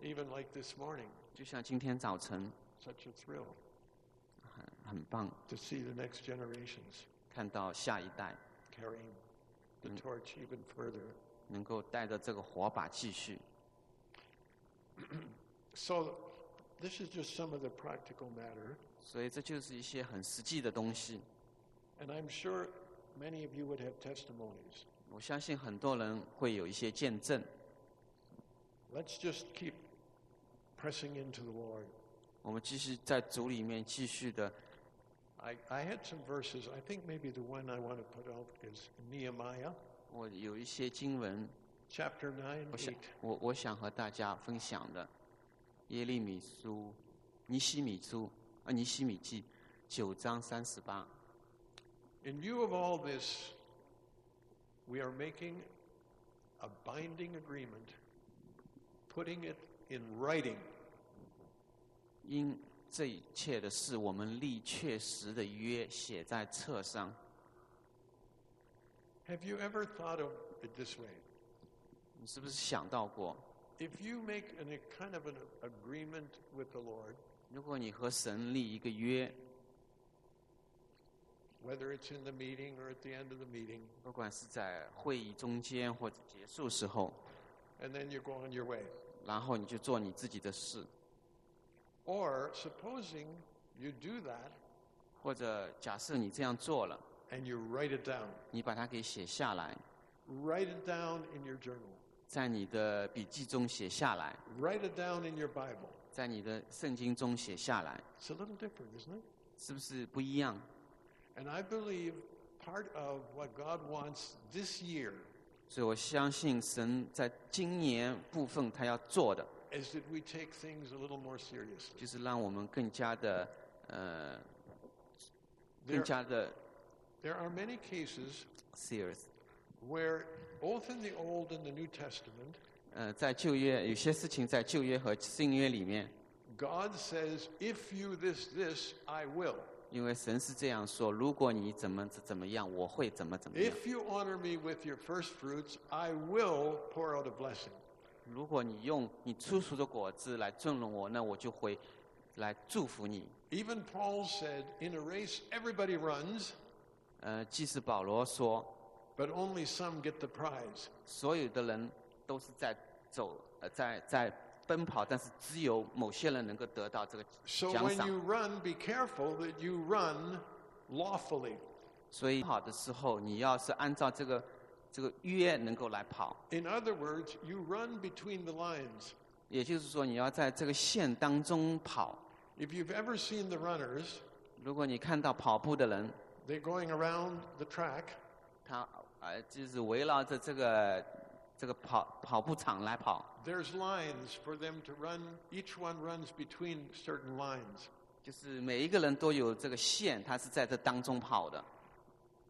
A: Even like this morning,
B: 就像今天早晨，
A: such a thrill
B: 很很棒，
A: to see the next generations
B: 看到下一代
A: carrying the torch even further.
B: 能够带着这个火把继续。
A: So, this is just some of the practical matter.
B: 所以这就是一些很实际的东西。
A: And I'm sure many of you would have testimonies.
B: 我相信很多人会有一些见证。
A: Let's just keep pressing into the Lord.
B: 我们继续在主里面继续的
A: I, I had some verses. I think maybe the one I want to put out is Nehemiah
B: 我有一些经文，
A: chapter 9,
B: 我想
A: 8.
B: 我我想和大家分享的，耶利米书、尼西米书啊，尼西米记九章三十八。
A: In view of all this, we are making a binding agreement, putting it in writing.
B: 因这一切的事，我们立确实的约，写在册上。
A: Have you ever thought of it this way?
B: 你是不是想到过，
A: If you make an, a kind of an agreement with the Lord,
B: 如果你和神立一个约，
A: whether it's in the meeting or at the end of the meeting,
B: 不管是在会议中间或者结束时候，
A: and then you go on your way,
B: 然后你就做你自己的事，
A: or supposing you do that
B: 或者假设你这样做了，
A: and you write it down,
B: 你把它给写下来，
A: write it down in your journal,
B: 在你的笔记中写下来，
A: write it down in your Bible.
B: 在你的圣经中写下来，
A: It's a little different, isn't it?
B: 是不是不一样？
A: And I believe part of what God wants this year
B: 所以我相信神在今年部分他要做的，
A: is that we take things a little more seriously.
B: 就是让我们更加的呃，更
A: There,
B: 加的
A: there are many cases
B: serious。
A: where both in the Old and the New Testament,
B: 呃，在旧约有些事情在旧约和新约里面，
A: God says, If you this, this, I will.
B: 因为神是这样说：如果你怎么怎么样，我会怎么怎么样。
A: If you honor me with your first fruits, I will pour out a blessing.
B: 如果你用你粗俗的果子来尊荣我，那我就会来祝福你。
A: Even Paul said, In a race, everybody runs,
B: 呃，即使保罗说，
A: but only some get the prize.
B: 所有的人都是在走，呃，在在奔跑，但是只有某些人能够得到这个
A: So
B: 奖
A: when
B: 赏
A: you。run, be careful that you run lawfully.
B: 所以跑的时候，你要是按照这个这个约能够来跑，
A: In other words, you run between the lines.
B: 也就是说，你要在这个线当中跑。
A: If you've ever seen the runners,
B: 如果你看到跑步的人，
A: they're going around the track
B: 他呃就是围绕着这个这个跑跑步场来跑，
A: There's lines for them to run. Each one runs between certain lines.
B: 就是每一个人都有这个线，他是在这当中跑的。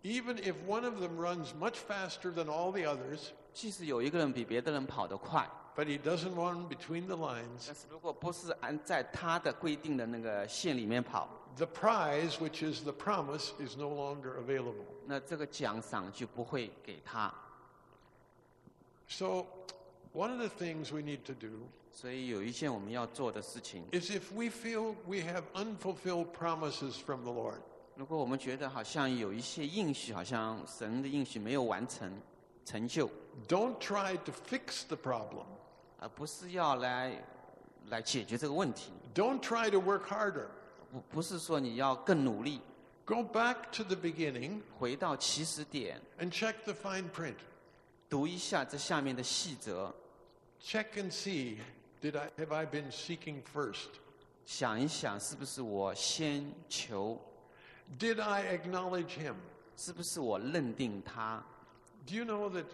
A: Even if one of them runs much faster than all the others,
B: 即使有一个人比别的人跑得快，
A: but he doesn't run between the lines,
B: 但是如果不是按在他的规定的那个线里面跑，
A: the prize, which is the promise, is no longer available.
B: 那这个奖赏就不会给他。
A: So, one of the things we need to do
B: 所以有一件我们要做的事情，
A: is if we feel we have unfulfilled promises from the Lord,
B: 如果我们觉得好像有一些应许，好像神的应许没有完成成就，
A: don't try to fix the problem.
B: 而不是要来来解决这个问题，
A: Don't try to work harder.
B: 不不是说你要更努力，
A: Go back to the beginning
B: 回到起始点，
A: and check the fine print.
B: 读一下这下面的细则，
A: check and see did i have i been seeking first
B: 想一想是不是我先求，
A: did i acknowledge him
B: 是不是我认定他。
A: do you know that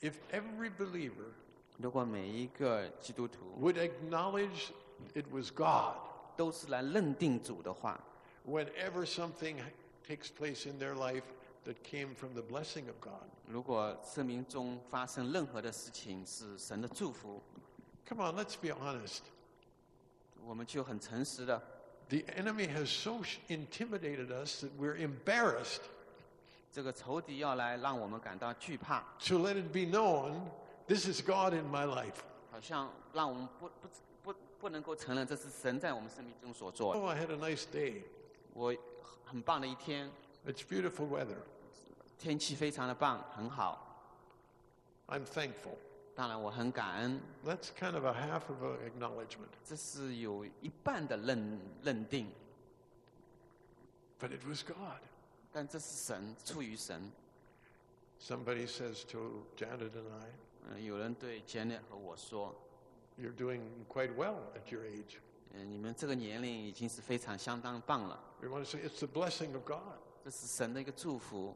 A: if every believer
B: 如果每一个基督徒
A: would acknowledge it was god
B: 都是来认定主的话，
A: whenever something takes place in their life that came from the blessing of god
B: 如果生命中发生任何的事情是神的祝福，
A: come on let's be honest
B: 我们就很诚实的。
A: the enemy has so sh- intimidated us that we're embarrassed
B: 这个仇敌要来让我们感到惧怕，
A: to let it be known this is god in my life
B: 好像让我们不不不不能够承认这是神在我们生命中所做的。
A: oh i had a nice day
B: 我很棒的一天，
A: it's beautiful weather
B: 天气非常的棒，很好。
A: i'm thankful
B: 当然我很感恩，
A: That's kind of a half of an acknowledgement.
B: 这是有一半的认认定，
A: But it was God.
B: 但这是神出于神。
A: Somebody says to Janet and I,
B: 呃嗯、有人对 Janet 和我说
A: You're doing quite well at your age.：“
B: 呃，你们这个年龄已经是非常相当棒了，
A: We want to say it's the blessing of God.
B: 这是神的一个祝福。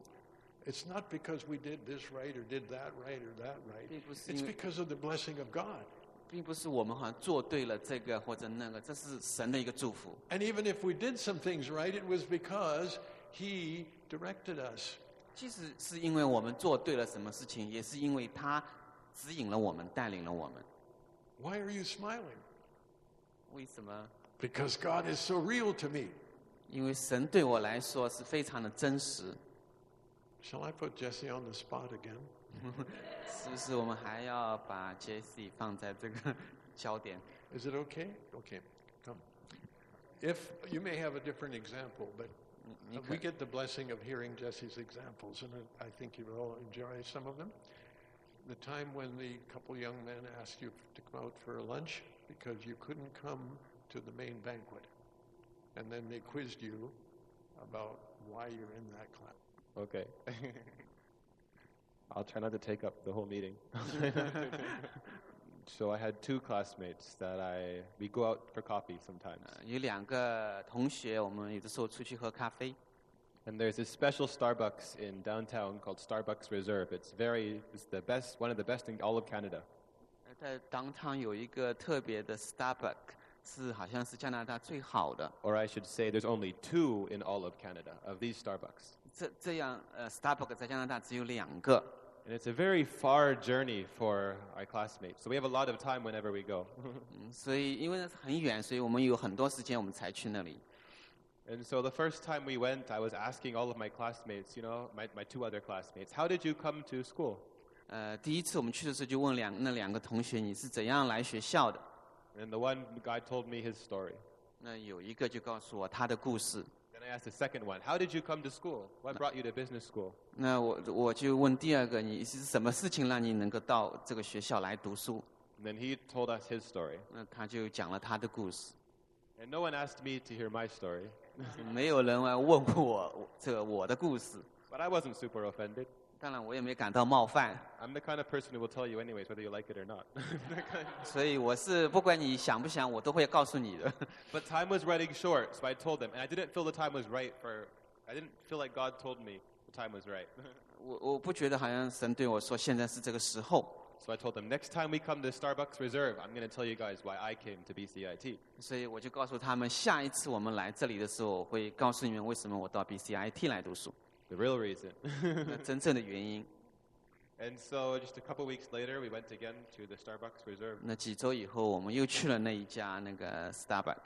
A: It's not because we did this right or did that right or that right.
B: People see
A: It's
B: you-
A: because of the blessing of God.
B: 并不是我们好像做对了这个或者那个，这是神的一个祝福。
A: And even if we did some things right, it was because He directed us.
B: 即使是因为我们做对了什么事情，也是因为他指引了我们，带领了我们。
A: Why are you smiling?
B: 为什么？
A: Because God is so real to me.
B: 因为神对我来说是非常的真实，
A: Shall I put Jesse on the spot again?
B: 是不是？我们还要把 J.C. 放在这个 焦点。
A: Is it okay? Okay, come. If you may have a different example, but we get the blessing of hearing Jesse's examples, and I I think you will enjoy some of them. The time when the couple young men asked you to come out for a lunch because you couldn't come to the main banquet, and then they quizzed you about why you're in that class.
C: Okay. I'll try not to take up the whole meeting. so I had two classmates that I we go out for coffee sometimes.
B: 呃有两个同学，我们有的时候出去喝咖啡，
C: And there's this special Starbucks in downtown called Starbucks Reserve. It's very it's the best one of the best in all of Canada.
B: 呃在 downtown 有一个特别的 Starbucks，是好像是加拿大最好的。
C: Or I should say there's only two in all of Canada of these Starbucks.
B: 这这样，呃，Starbucks 在加拿大只有两个，
C: And it's a very far journey for our classmates. So we have a lot of time whenever we go.
B: 嗯所以因为那是很远，所以我们有很多时间我们才去那里。
C: And so the first time we went, I was asking all of my classmates, you know, my, my two other classmates, how did you come to school?
B: 呃，第一次我们去的时候就问两那两个同学你是怎样来学校的？
C: And the one guy told me his story.
B: 那有一个就告诉我他的故事。
C: Then I asked the second one, how did you come to school? What brought you to business school?
B: 那我我就问第二个，你是什么事情让你能够到这个学校来读书？
C: And then he told us his story.
B: 那他就讲了他的故事。
C: And no one asked me to hear my story,
B: 没有人来问过我这个我的故事，
C: but I wasn't super offended.
B: 当然我也没感到冒犯，
C: I'm the kind of person who will tell you anyways whether you like it or not.
B: 所以我是不管你想不想，我都会告诉你的。
C: but time was running short, so I told them, and I didn't feel the time was right for I didn't feel like God told me the time was right.
B: 我我不觉得好像神对我说现在是这个时候，
C: So I told them, next time we come to Starbucks Reserve, I'm going to tell you guys why I came to BCIT.
B: 所以我就告诉他们，下一次我们来这里的时候，我会告诉你们为什么我到 BCIT 来读书，
C: The real reason.
B: 那真正的原因。
C: and so just a couple weeks later, we went again to the Starbucks Reserve.
B: 那几周以后，我们又去了那一家那个 Starbucks。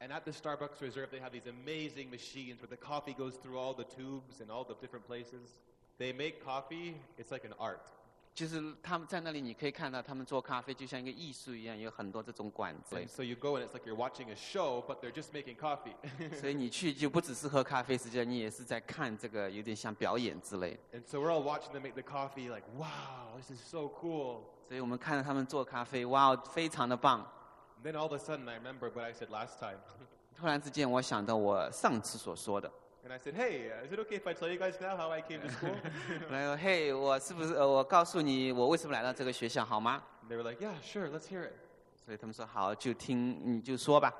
C: And at the Starbucks Reserve, they have these amazing machines where the coffee goes through all the tubes and all the different places. They make coffee, it's like an art.
B: 就是他们在那里，你可以看到他们做咖啡就像一个艺术一样，有很多这种馆子。
C: And so you go and it's like you're watching a show, but they're just making coffee.
B: 所以你去就不只是喝咖啡，实际上你也是在看这个，有点像表演之类的。
C: and so we're all watching them make the coffee, like, wow, this is so cool.
B: 所以我们看到他们做咖啡，哇，非常的棒。
C: And then all of a sudden, I remembered what I said last time.
B: 突然之间，我想到我上次所说的，
C: And I said, hey, uh, is it okay if I tell you guys now how I came to school?
B: 然后嘿，我是不是呃，我告诉你我为什么来到这个学校好吗？
C: and they were like, yeah, sure, let's hear it.
B: 所以他们说好，就听你就说吧。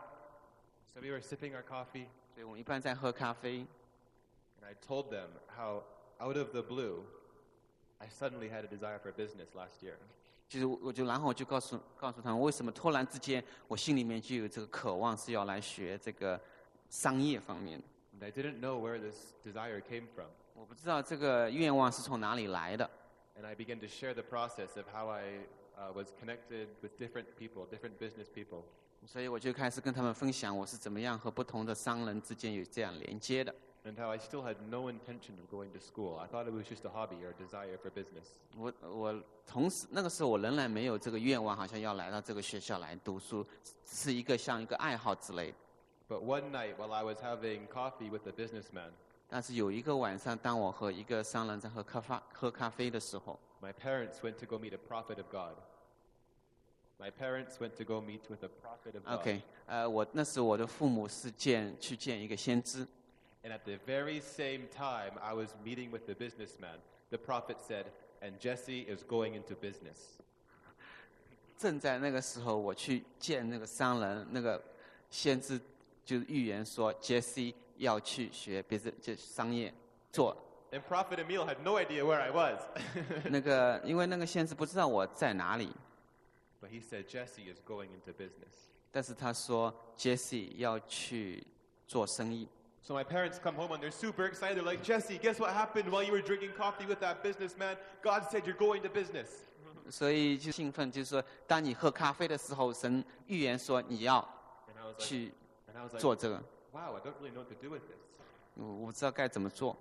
C: So we were sipping our coffee,
B: 所以我们一般在喝咖啡，
C: and I told them how, out of the blue, I suddenly had a desire for business last year.
B: 就是我我就然后我就告诉告诉他们为什么突然之间我心里面就有这个渴望是要来学这个商业方面的。
C: And I didn't know where this desire came from.
B: 我不知道这个愿望是从哪里来的，
C: And I began to share the process of how I uh, was connected with different people, different business people.
B: 所以我就开始跟他们分享我是怎么样和不同的商人之间有这样连接的。
C: And how I still had no intention of going to school. I thought it was just a hobby or a desire for business.
B: 我我同时那个时候我仍然没有这个愿望，好像要来到这个学校来读书，只是一个像一个爱好之类的。
C: But one night while I was having coffee with a businessman,
B: 但是有一个晚上，当我和一个商人在喝咖啡喝咖啡的时候，
C: my parents went to go meet a prophet of God. My parents went to go meet with a prophet of God.
B: OK，呃，我那时我的父母是见去见一个先知，
C: And at the very same time I was meeting with the businessman, the prophet said, and Jesse is going into business.
B: 正在那个时候我去见那个商人，那个先知就是预言说杰西要去学 business 就商业做
C: And Prophet Emil had no idea where I was.
B: 那个，因为那个先知不知道我在哪里，
C: but he said, Jesse is going into business.
B: 但是他说杰西要去做生意。
C: So my parents come home and they're super excited. They're like, Jesse, guess what happened while you were drinking coffee with that businessman? God said you're going to business.
B: 所以就兴奋，就是说，当你喝咖啡的时候，神预言说你要
C: And I was like,
B: 去
C: and I was like
B: 做这个，
C: wow, I don't really know what to do with this.
B: 我我不知道该怎么做，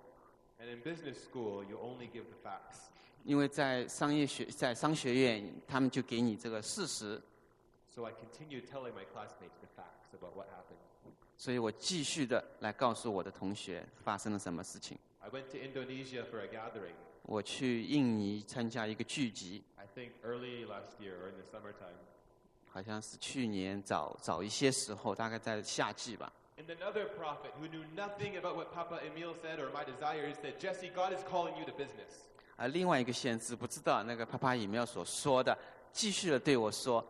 C: And in business school, you only give the facts.
B: 因为在商业学在商学院，他们就给你这个事实，
C: So I continued telling my classmates the facts about what happened.
B: 所以我继续的来告诉我的同学发生了什么事情。
C: I went to Indonesia for a gathering,
B: 我去印尼参加一个剧集，
C: I think early last year or in the summertime.
B: 好像是去年早早一些时候，大概在夏季吧。
C: And another prophet who knew nothing about what Papa Emil said or my desires said, Jesse, God is calling you to business.
B: 而啊另外一个先知不知道那个帕帕以喵所说的，继续的对我说：“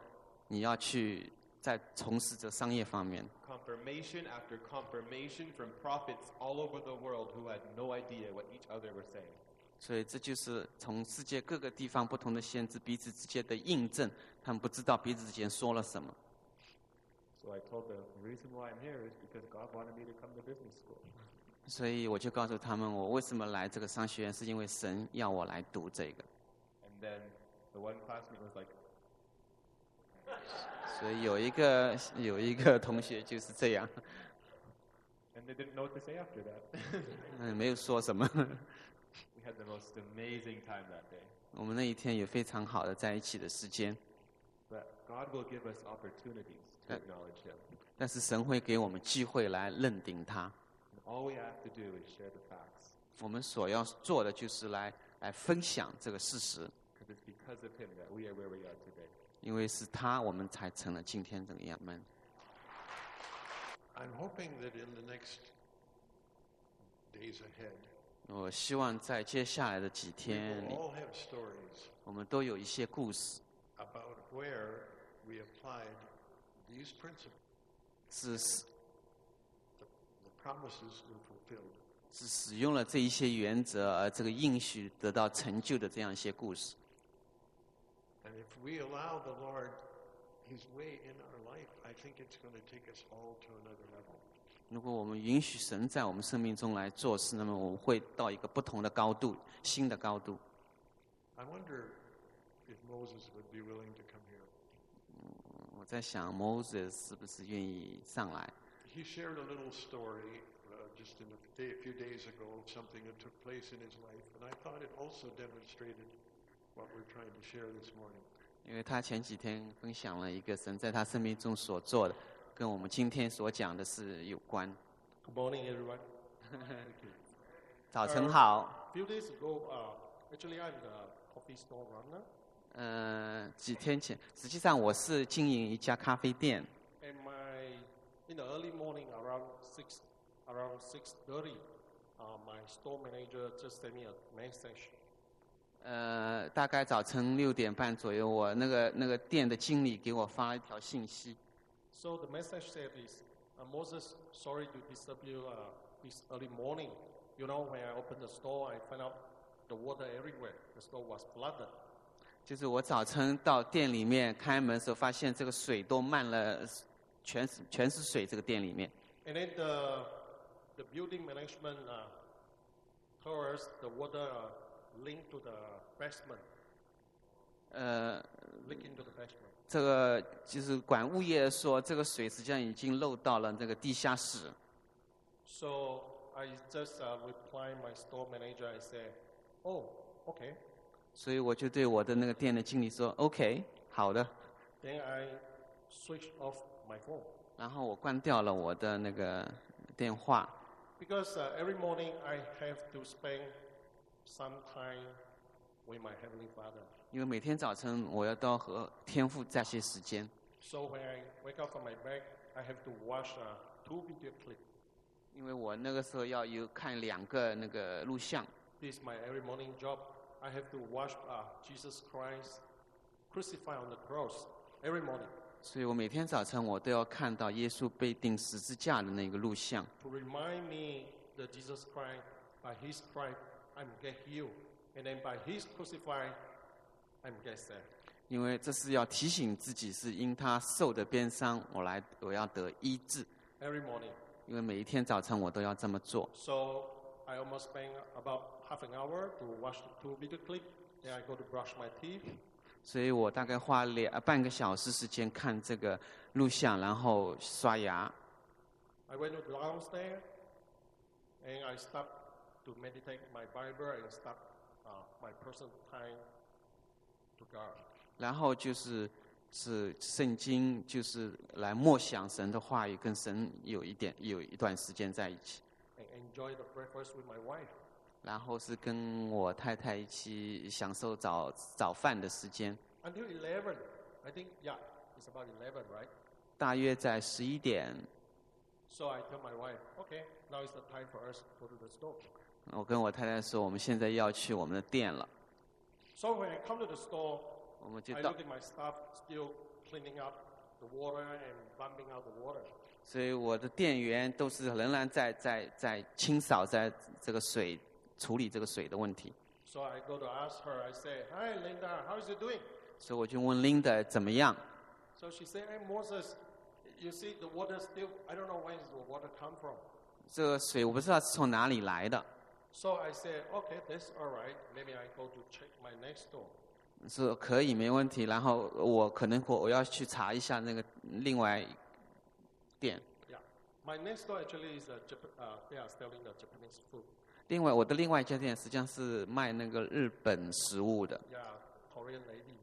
B: 你要去在从事这商业方面。
C: Confirmation after confirmation from prophets all over the world who had no idea what each other were saying. ”
B: 所以这就是从世界各个地方不同的先知彼此之间的印证，他们不知道彼此之间说了什么。
C: So I told them, the reason why I'm here is because God wanted me to come to business school.
B: 所以我就告诉他们，我为什么来这个商学院，是因为神要我来读这个。
C: And then the one classmate was like,
B: 所以有一个有一个 同学就是这样，
C: and they didn't know what to say after that.
B: 嗯，没有说什么。
C: we had the most amazing time that day.
B: 我们那一天有非常好的在一起的时间，
C: But God will give us opportunities to
B: Uh,
C: acknowledge Him.
B: 但是神会给我们机会来认定他。
C: And all we have to do is share the facts.
B: 我们所要做的就是来来分享这个事实，
C: Because it's because of Him that we are where we are today.
B: 因为是他，我们才成了今天这个样们。
A: I'm hoping that in the next days ahead,
B: 我希望在接下来的几天里，
A: we'll all have stories
B: 我们都有一些故事，
A: about where we applied these principles.
B: 是使
A: The, the promises were fulfilled.
B: 是使用了这一些原则，而这个应许得到成就的这样一些故事。
A: And if we allow the Lord His way in our life, I think it's going to take us all to another level.
B: 如果我们允许神在我们生命中来做事，那么我们会到一个不同的高度，新的高度。
A: I wonder if Moses would be willing to come here.
B: 我在想，Moses 是不是愿意上来？
A: He shared a little story uh, just in a day, a few days ago of something that took place in his life, and I thought it also demonstrated what we're trying to share this morning.
B: 因为他前几天分享了一个神在他生命中所做的，跟我们今天所讲的是有关。
D: Good morning, everyone. Thank you.
B: 早晨好，
D: A few days ago, uh, actually, I'm the coffee store runner,
B: 呃，几天前，实际上我是经营一家咖啡店，
D: and my in the early morning around six, around six thirty, uh, my store manager just sent me a message.
B: 呃，大概早晨六点半左右，我那个那个店的经理给我发了一条信息，
D: So the message said is, uh, Moses, sorry to disturb you uh, this early morning. You know, when I opened the store, I found out the water everywhere. The store was flooded.
B: 就是我早晨到店里面开门的时候，发现这个水都漫了，全是全是水，这个店里面。
D: And then the, the building management uh, told us the water uh, linked to the basement,
B: 呃，
D: leak into the basement.
B: 这个就是管物业说，这个水实际上已经漏到了那个地下室。
D: So I just uh, replied my store manager. I said, "Oh, okay."
B: 所以我就对我的那个店的经理说：“OK，好的。
D: Then I switched off my phone ”
B: 然后我关掉了我的那个电话，
D: because uh, every morning I have to spend some time with my heavenly Father.
B: 因为每天早晨我要到和天父在些时间。
D: So when I wake up from my bed, I have to watch uh, two video clips.
B: 因为我那个时候要有看两个那个录像，
D: This is my every morning job. I have to watch uh, Jesus Christ crucified on the cross every morning.
B: 所以我每天早晨我都要看到耶稣被钉十字架的那个录像，
D: to remind me that Jesus Christ, by His stripe, I'm get healed, and then by His crucified, I'm get saved.
B: 因为这是要提醒自己，是因他受的鞭伤，我来我要得医治。
D: Every morning.
B: 因为每一天早晨我都要这么做，
D: So I almost spend about half an hour to watch two video clips. Then I go to brush my teeth.
B: 所以我大概花两呃半个小时时间看这个录像，然后刷牙，
D: I went downstairs and I start to meditate my Bible and start uh, my personal time to God.
B: 然后就是是圣经，就是来默想神的话语，跟神有一点有一段时间在一起，
D: and enjoy the breakfast with my wife.
B: 然后是跟我太太一起享受早早饭的时间，
D: Until 11, I think, yeah, it's about 11, right?
B: 大约在十一点，
D: So I tell my wife, okay, now is the time for us to go to the store.
B: 我跟我太太说，我们现在要去我们的店了，
D: So when I come to the store,
B: 我们就
D: I
B: 到
D: look，at my staff still cleaning up the water and pumping out the water.
B: 所以我的店员都是仍然在在在清扫在这个水处理这个水的问题，
D: So I go to ask her, I say, hi, Linda, how is it doing?
B: 所以我就问 Linda 怎么样。
D: So she said, hey, Moses, you see the water still, I don't know where is the water come from.
B: 这个水我不知道是从哪里来的，
D: So I said, okay, that's all right. Maybe I go to check my next door.
B: 是可以没问题。然后我可能我我要去查一下那个另外店，
D: Yeah. My next door actually is a Jap- uh, they are selling the Japanese food.
B: 另外我的另外一家店实际上是卖那个日本食物的，
D: Yeah, Korean lady.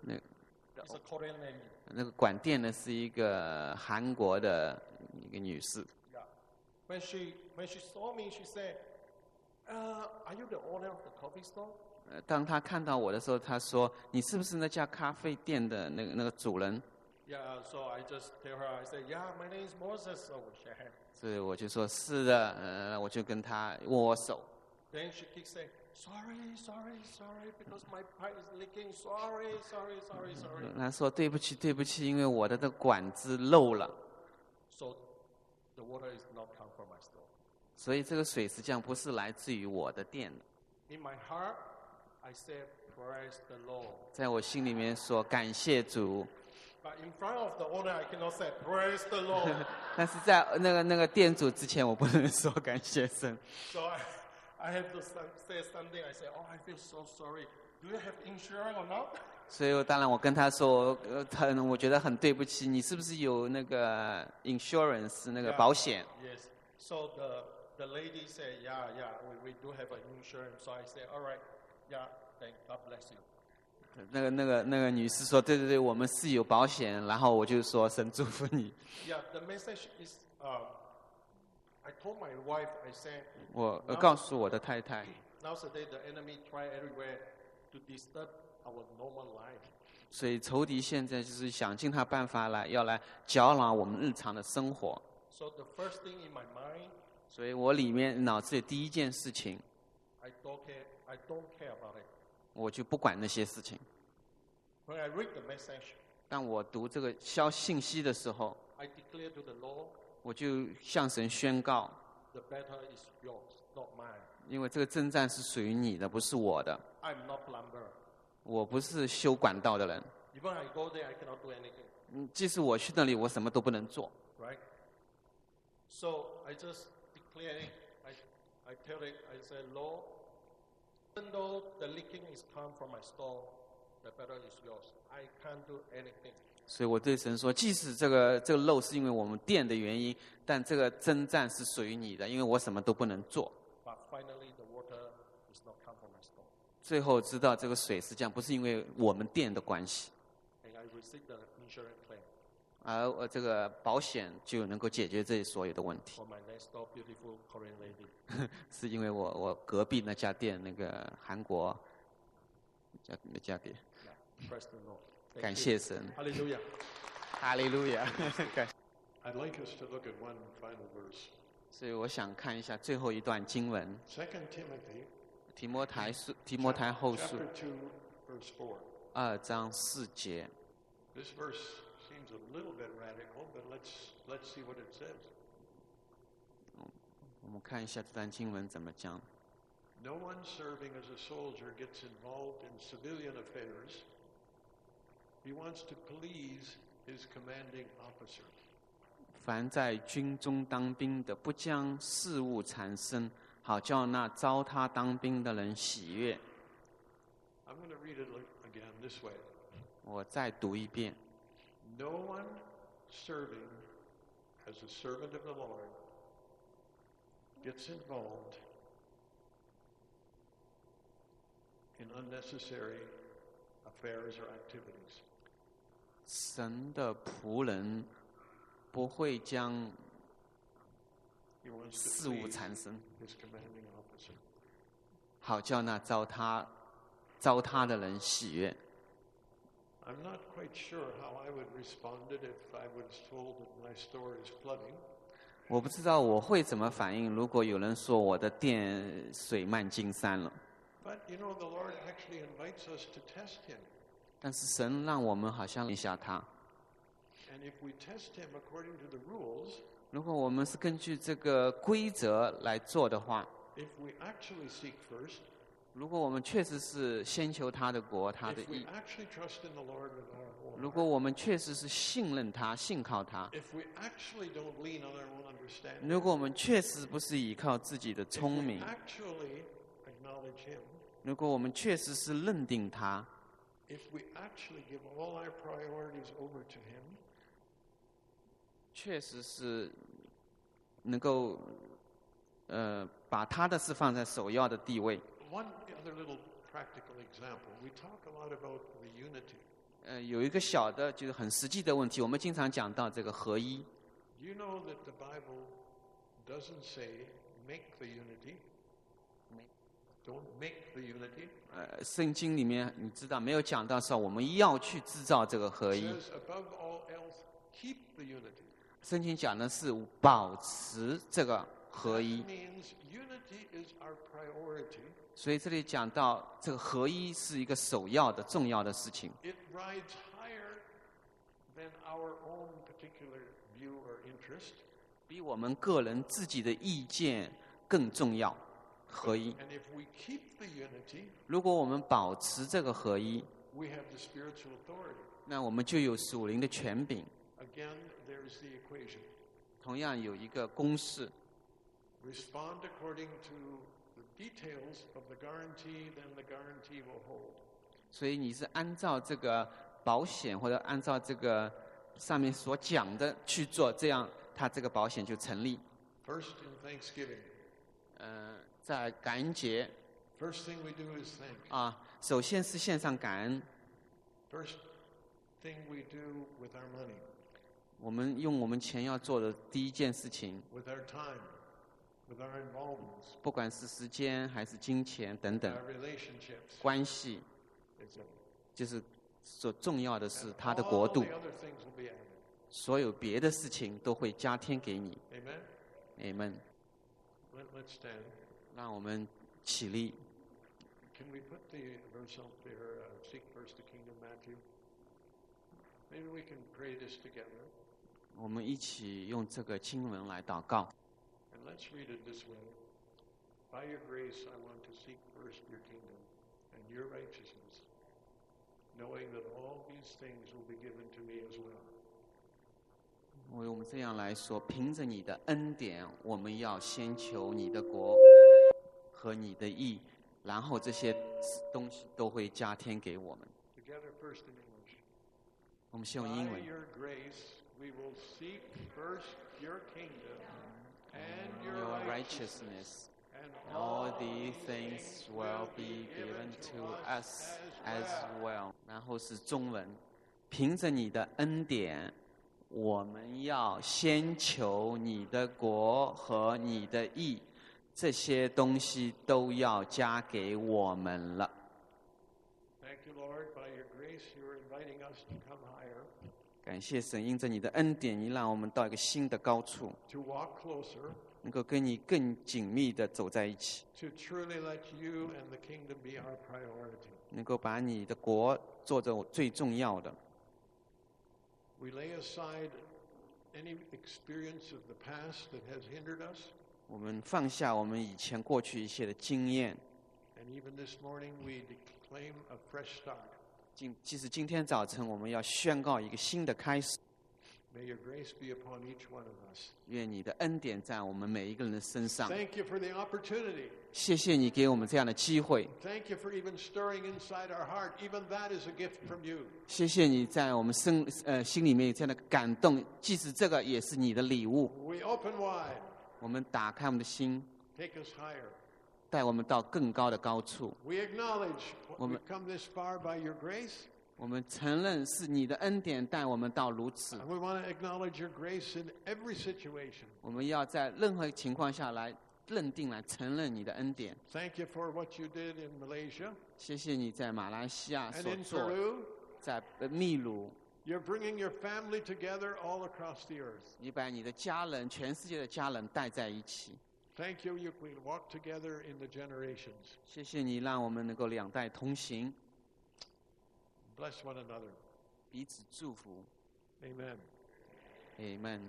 B: 那
D: It's a Korean lady.
B: 那个管店呢是一个韩国的一个女士，
D: Yeah. When she when she saw me, she said, uh, "Are you the owner of the coffee store?"
B: 呃当她看到我的时候，她说：“你是不是那家咖啡店的那个那个主人
D: Yeah. So I just tell her, I said, "Yeah, my name is Moses." So we shake hands.？”
B: 所以我就说：“是的。”呃，我就跟她握握手。
D: Then she keeps saying, "Sorry, sorry, sorry, because my pipe is leaking. Sorry, sorry, sorry, sorry."
B: 她说：“对不起，对不起，因为我的这管子漏了。”
D: So the water is not come from my store.
B: 所以这个水实际上不是来自于我的店的，
D: In my heart, I said, "Praise the Lord."
B: 在我心里面说感谢主，
D: But in front of the owner, I cannot say, Praise the Lord.
B: 但是在那个那个店主之前，我不能 说感谢神，
D: so I, I have to some, say something. I say, Oh, I feel so sorry. Do you have insurance or not?
B: 所以我当然我跟他说，呃，他我觉得很对不起，你是不是有那个 insurance 那个
D: Yeah.
B: 保险？
D: Yes. So the, the lady said, Yeah, yeah, we, we do have an insurance. So I say, All right, yeah, thank God bless you.
B: 那个那个那个女士说，对对对，我们是有保险，然后我就说神祝福你，
D: Yeah, the message is um, I told my wife, I said,
B: 我、呃
D: 那
B: 告诉我的太太，
D: Nowadays, the enemy try everywhere to disturb our normal life.
B: 所以仇敌现在就是想尽他办法来要来搅扰我们日常的生活。
D: So the first thing in my mind,
B: 所以我里面脑子里第一件事情，
D: I don't care, I don't care about it.
B: 我就不管那些事情。
D: When I read the message,
B: 当我读这个消信息的时候，
D: I declare to the Lord,
B: 我就向神宣告，
D: the battle is yours, not mine.
B: 因为这个征战是属于你的，不是我的。
D: I'm not plumber.
B: 我不是修管道的人，
D: Even I go there, I cannot do anything,
B: 嗯，即使我去那里，我什么都不能做。
D: right? So I just declare it. I, I tell it, I say, Lord, even though the leaking is come from my store, the battle is yours. I can't do anything.
B: 所以我对神说，即使这个这个漏是因为我们店的原因，但这个征战是属于你的，因为我什么都不能做。
D: But finally, the water is not come from my store.
B: 最后知道这个水实际上不是因为我们店的关系，
D: And I receive the insurance claim
B: 而我这个保险就能够解决这所有的问题，
D: for my next door beautiful Korean lady.
B: 是因为我我隔壁那家店那个韩国那家那家店，
D: Yeah. Praise the Lord.
B: 感
D: Thank you.
B: 谢神，
D: Hallelujah.
B: 哈利路亚， 感谢。
A: I'd like us to look at one final verse.
B: 所以我想看一下最后一段经文，
A: Second Timothy
B: 提摩台书提摩台后书
A: chapter 2 verse 4.
B: 二章四节，
A: This verse seems seems a little bit radical, but let's, let's see what it says.
B: 我们看一下这段经文怎么讲。
A: No one serving as a soldier gets involved in civilian affairs. He wants to please his commanding officer.
B: 凡在军中当兵的，不将事务缠身，好叫那招他当兵的人喜悦。
A: I'm going to read it li- again this way.
B: 我再读一遍：
A: No one serving as a servant of the Lord gets involved in unnecessary affairs or activities.
B: 神的仆人不会将
A: He wants to
B: 事务
A: please
B: 缠身，
A: his commanding officer.
B: 好叫那招他招他的人喜悦。
A: I'm not quite sure how I would respond it if I was told that my store is flooding.
B: 我不知道我会怎么反应，如果有人说我的店水漫金山了。
A: But you know, the Lord actually invites us to test Him.
B: 但是神让我们好像一下他。
A: And if we test Him according to the rules,
B: 如果我们是根据这个规则来做的话，
A: if we actually seek first,
B: 如果我们确实是先求他的国，他的
A: if we
B: 义；
A: actually trust in the Lord with our whole
B: 如
A: heart,
B: 果我们确实是信任他、信靠他；
A: if we actually don't lean on our own understanding,
B: 如果我们确实不是依靠自己的
A: if
B: 聪
A: we
B: 明；
A: actually acknowledge Him,
B: 如果我们确实是认定他；
A: if we actually give all our priorities over to Him,
B: 确实是能够呃把他的事放在首要的地位。
A: one other little practical example. We talk a lot about the unity.
B: 呃，有一个小的就是很实际的问题，我们经常讲到这个合一。
A: You know that the Bible doesn't say make the unity.
B: Make.
A: Don't make the unity.
B: 呃，圣经里面你知道没有讲到说我们要去制造这个合
A: It
B: 一，
A: says above all else, keep the unity.
B: 圣经讲的是保持这个合一
A: That，means unity is our priority.
B: 所以这里讲到这个合一是一个首要的重要的事情，
A: It rides higher than our own particular view or interest.
B: 比我们个人自己的意见更重要。合一，
A: And if we keep the unity,
B: 如果我们保持这个合一，
A: we have the spiritual authority.
B: 那我们就有属灵的权柄。
A: Again, there's the equation.
B: 同样有一个公式，
A: respond according to the details of the guarantee, then the guarantee will hold.
B: 所以你是按照这个保险或者按照这个上面所讲的去做，这样它这个保险就成立。
A: First, in thanksgiving,
B: 嗯、在感恩节
A: first thing we do is thank.
B: 啊，首先是献上感恩，
A: First thing we do with our money,
B: 我们用我们钱要做的第一件事情，
A: with our time, with our involvements,
B: 不管是时间还是金钱等等
A: our relationships.
B: 关系，
A: It's a-
B: 就是所重要的是
A: and
B: 他的
A: all
B: 国
A: the
B: 度，
A: other things will be added.
B: 所有别的事情都会加添给你。
A: Amen?
B: 你们
A: Let, let's stand.
B: 让我们起立。
A: Can we put the verse up there, uh, seek first the kingdom, Matthew? Maybe we can pray this together.
B: 我们一起用这个经文来祷告。
A: And let's read it this way. By your grace, I want to seek first your kingdom and your righteousness, knowing that all these things will be given to me as well.
B: 为我们这样来说，凭着你的恩典，我们要先求你的国和你的义，然后这些东西都会加添给我们。
A: Together, first in English.
B: 我们先用英
A: By
B: 文。
A: your grace, we will seek first your kingdom and your
B: Your
A: righteousness,
B: righteousness,
A: and
B: all these things will be given to us as well。然后是中文，凭着你的恩典，我们要先求你的国和你的义，这些东西都要加给我们了。
A: Thank you, Lord. By your grace, you are inviting us to come higher,
B: 感谢神，因着你的恩典，你让我们到一个新的高处，
A: to walk closer,
B: 能够跟你更紧密的走在一起，
A: to truly let you and the kingdom be our priority.
B: 能够把你的国做着我最重要的。
A: We lay aside any experience of the past that has hindered us.
B: 我们放下我们以前过去一些的经验，
A: And even this morning, we declaim a fresh start.
B: 今即使今天早晨我们要宣告一个新的开始，
A: May your grace be upon each one of us.
B: 愿你的恩典在我们每一个人的身上。
A: Thank you for the opportunity.
B: 谢谢你给我们这样的机会，
A: Thank you for even stirring inside our heart. Even that is a gift from you.
B: 谢谢你在我们身呃心里面有这样的感动，即使这个也是你的礼物。
A: We open wide.
B: 我们打开我们的心，
A: Take us higher.
B: 带我们到更高的高处。
A: We acknowledge
B: Woman-
A: we've come this far by your grace,
B: 我们承认是你的恩典带我们到如此，
A: and we want to acknowledge your grace in every situation.
B: 我们要在任何情况下来认定来承认你的恩典。
A: Thank you for what you did in Malaysia
B: 谢谢你在马来西亚
A: and
B: 所
A: in
B: 做的，
A: Peru.
B: 在呃秘鲁，
A: You're bringing your family together all across the earth.
B: 你把你的家人，全世界的家人带在一起。
A: Thank you, you we walk together in the generations.
B: 谢谢你让我们能够两代同行，
A: Bless one another.
B: 彼此祝福。
A: Amen.
B: Amen。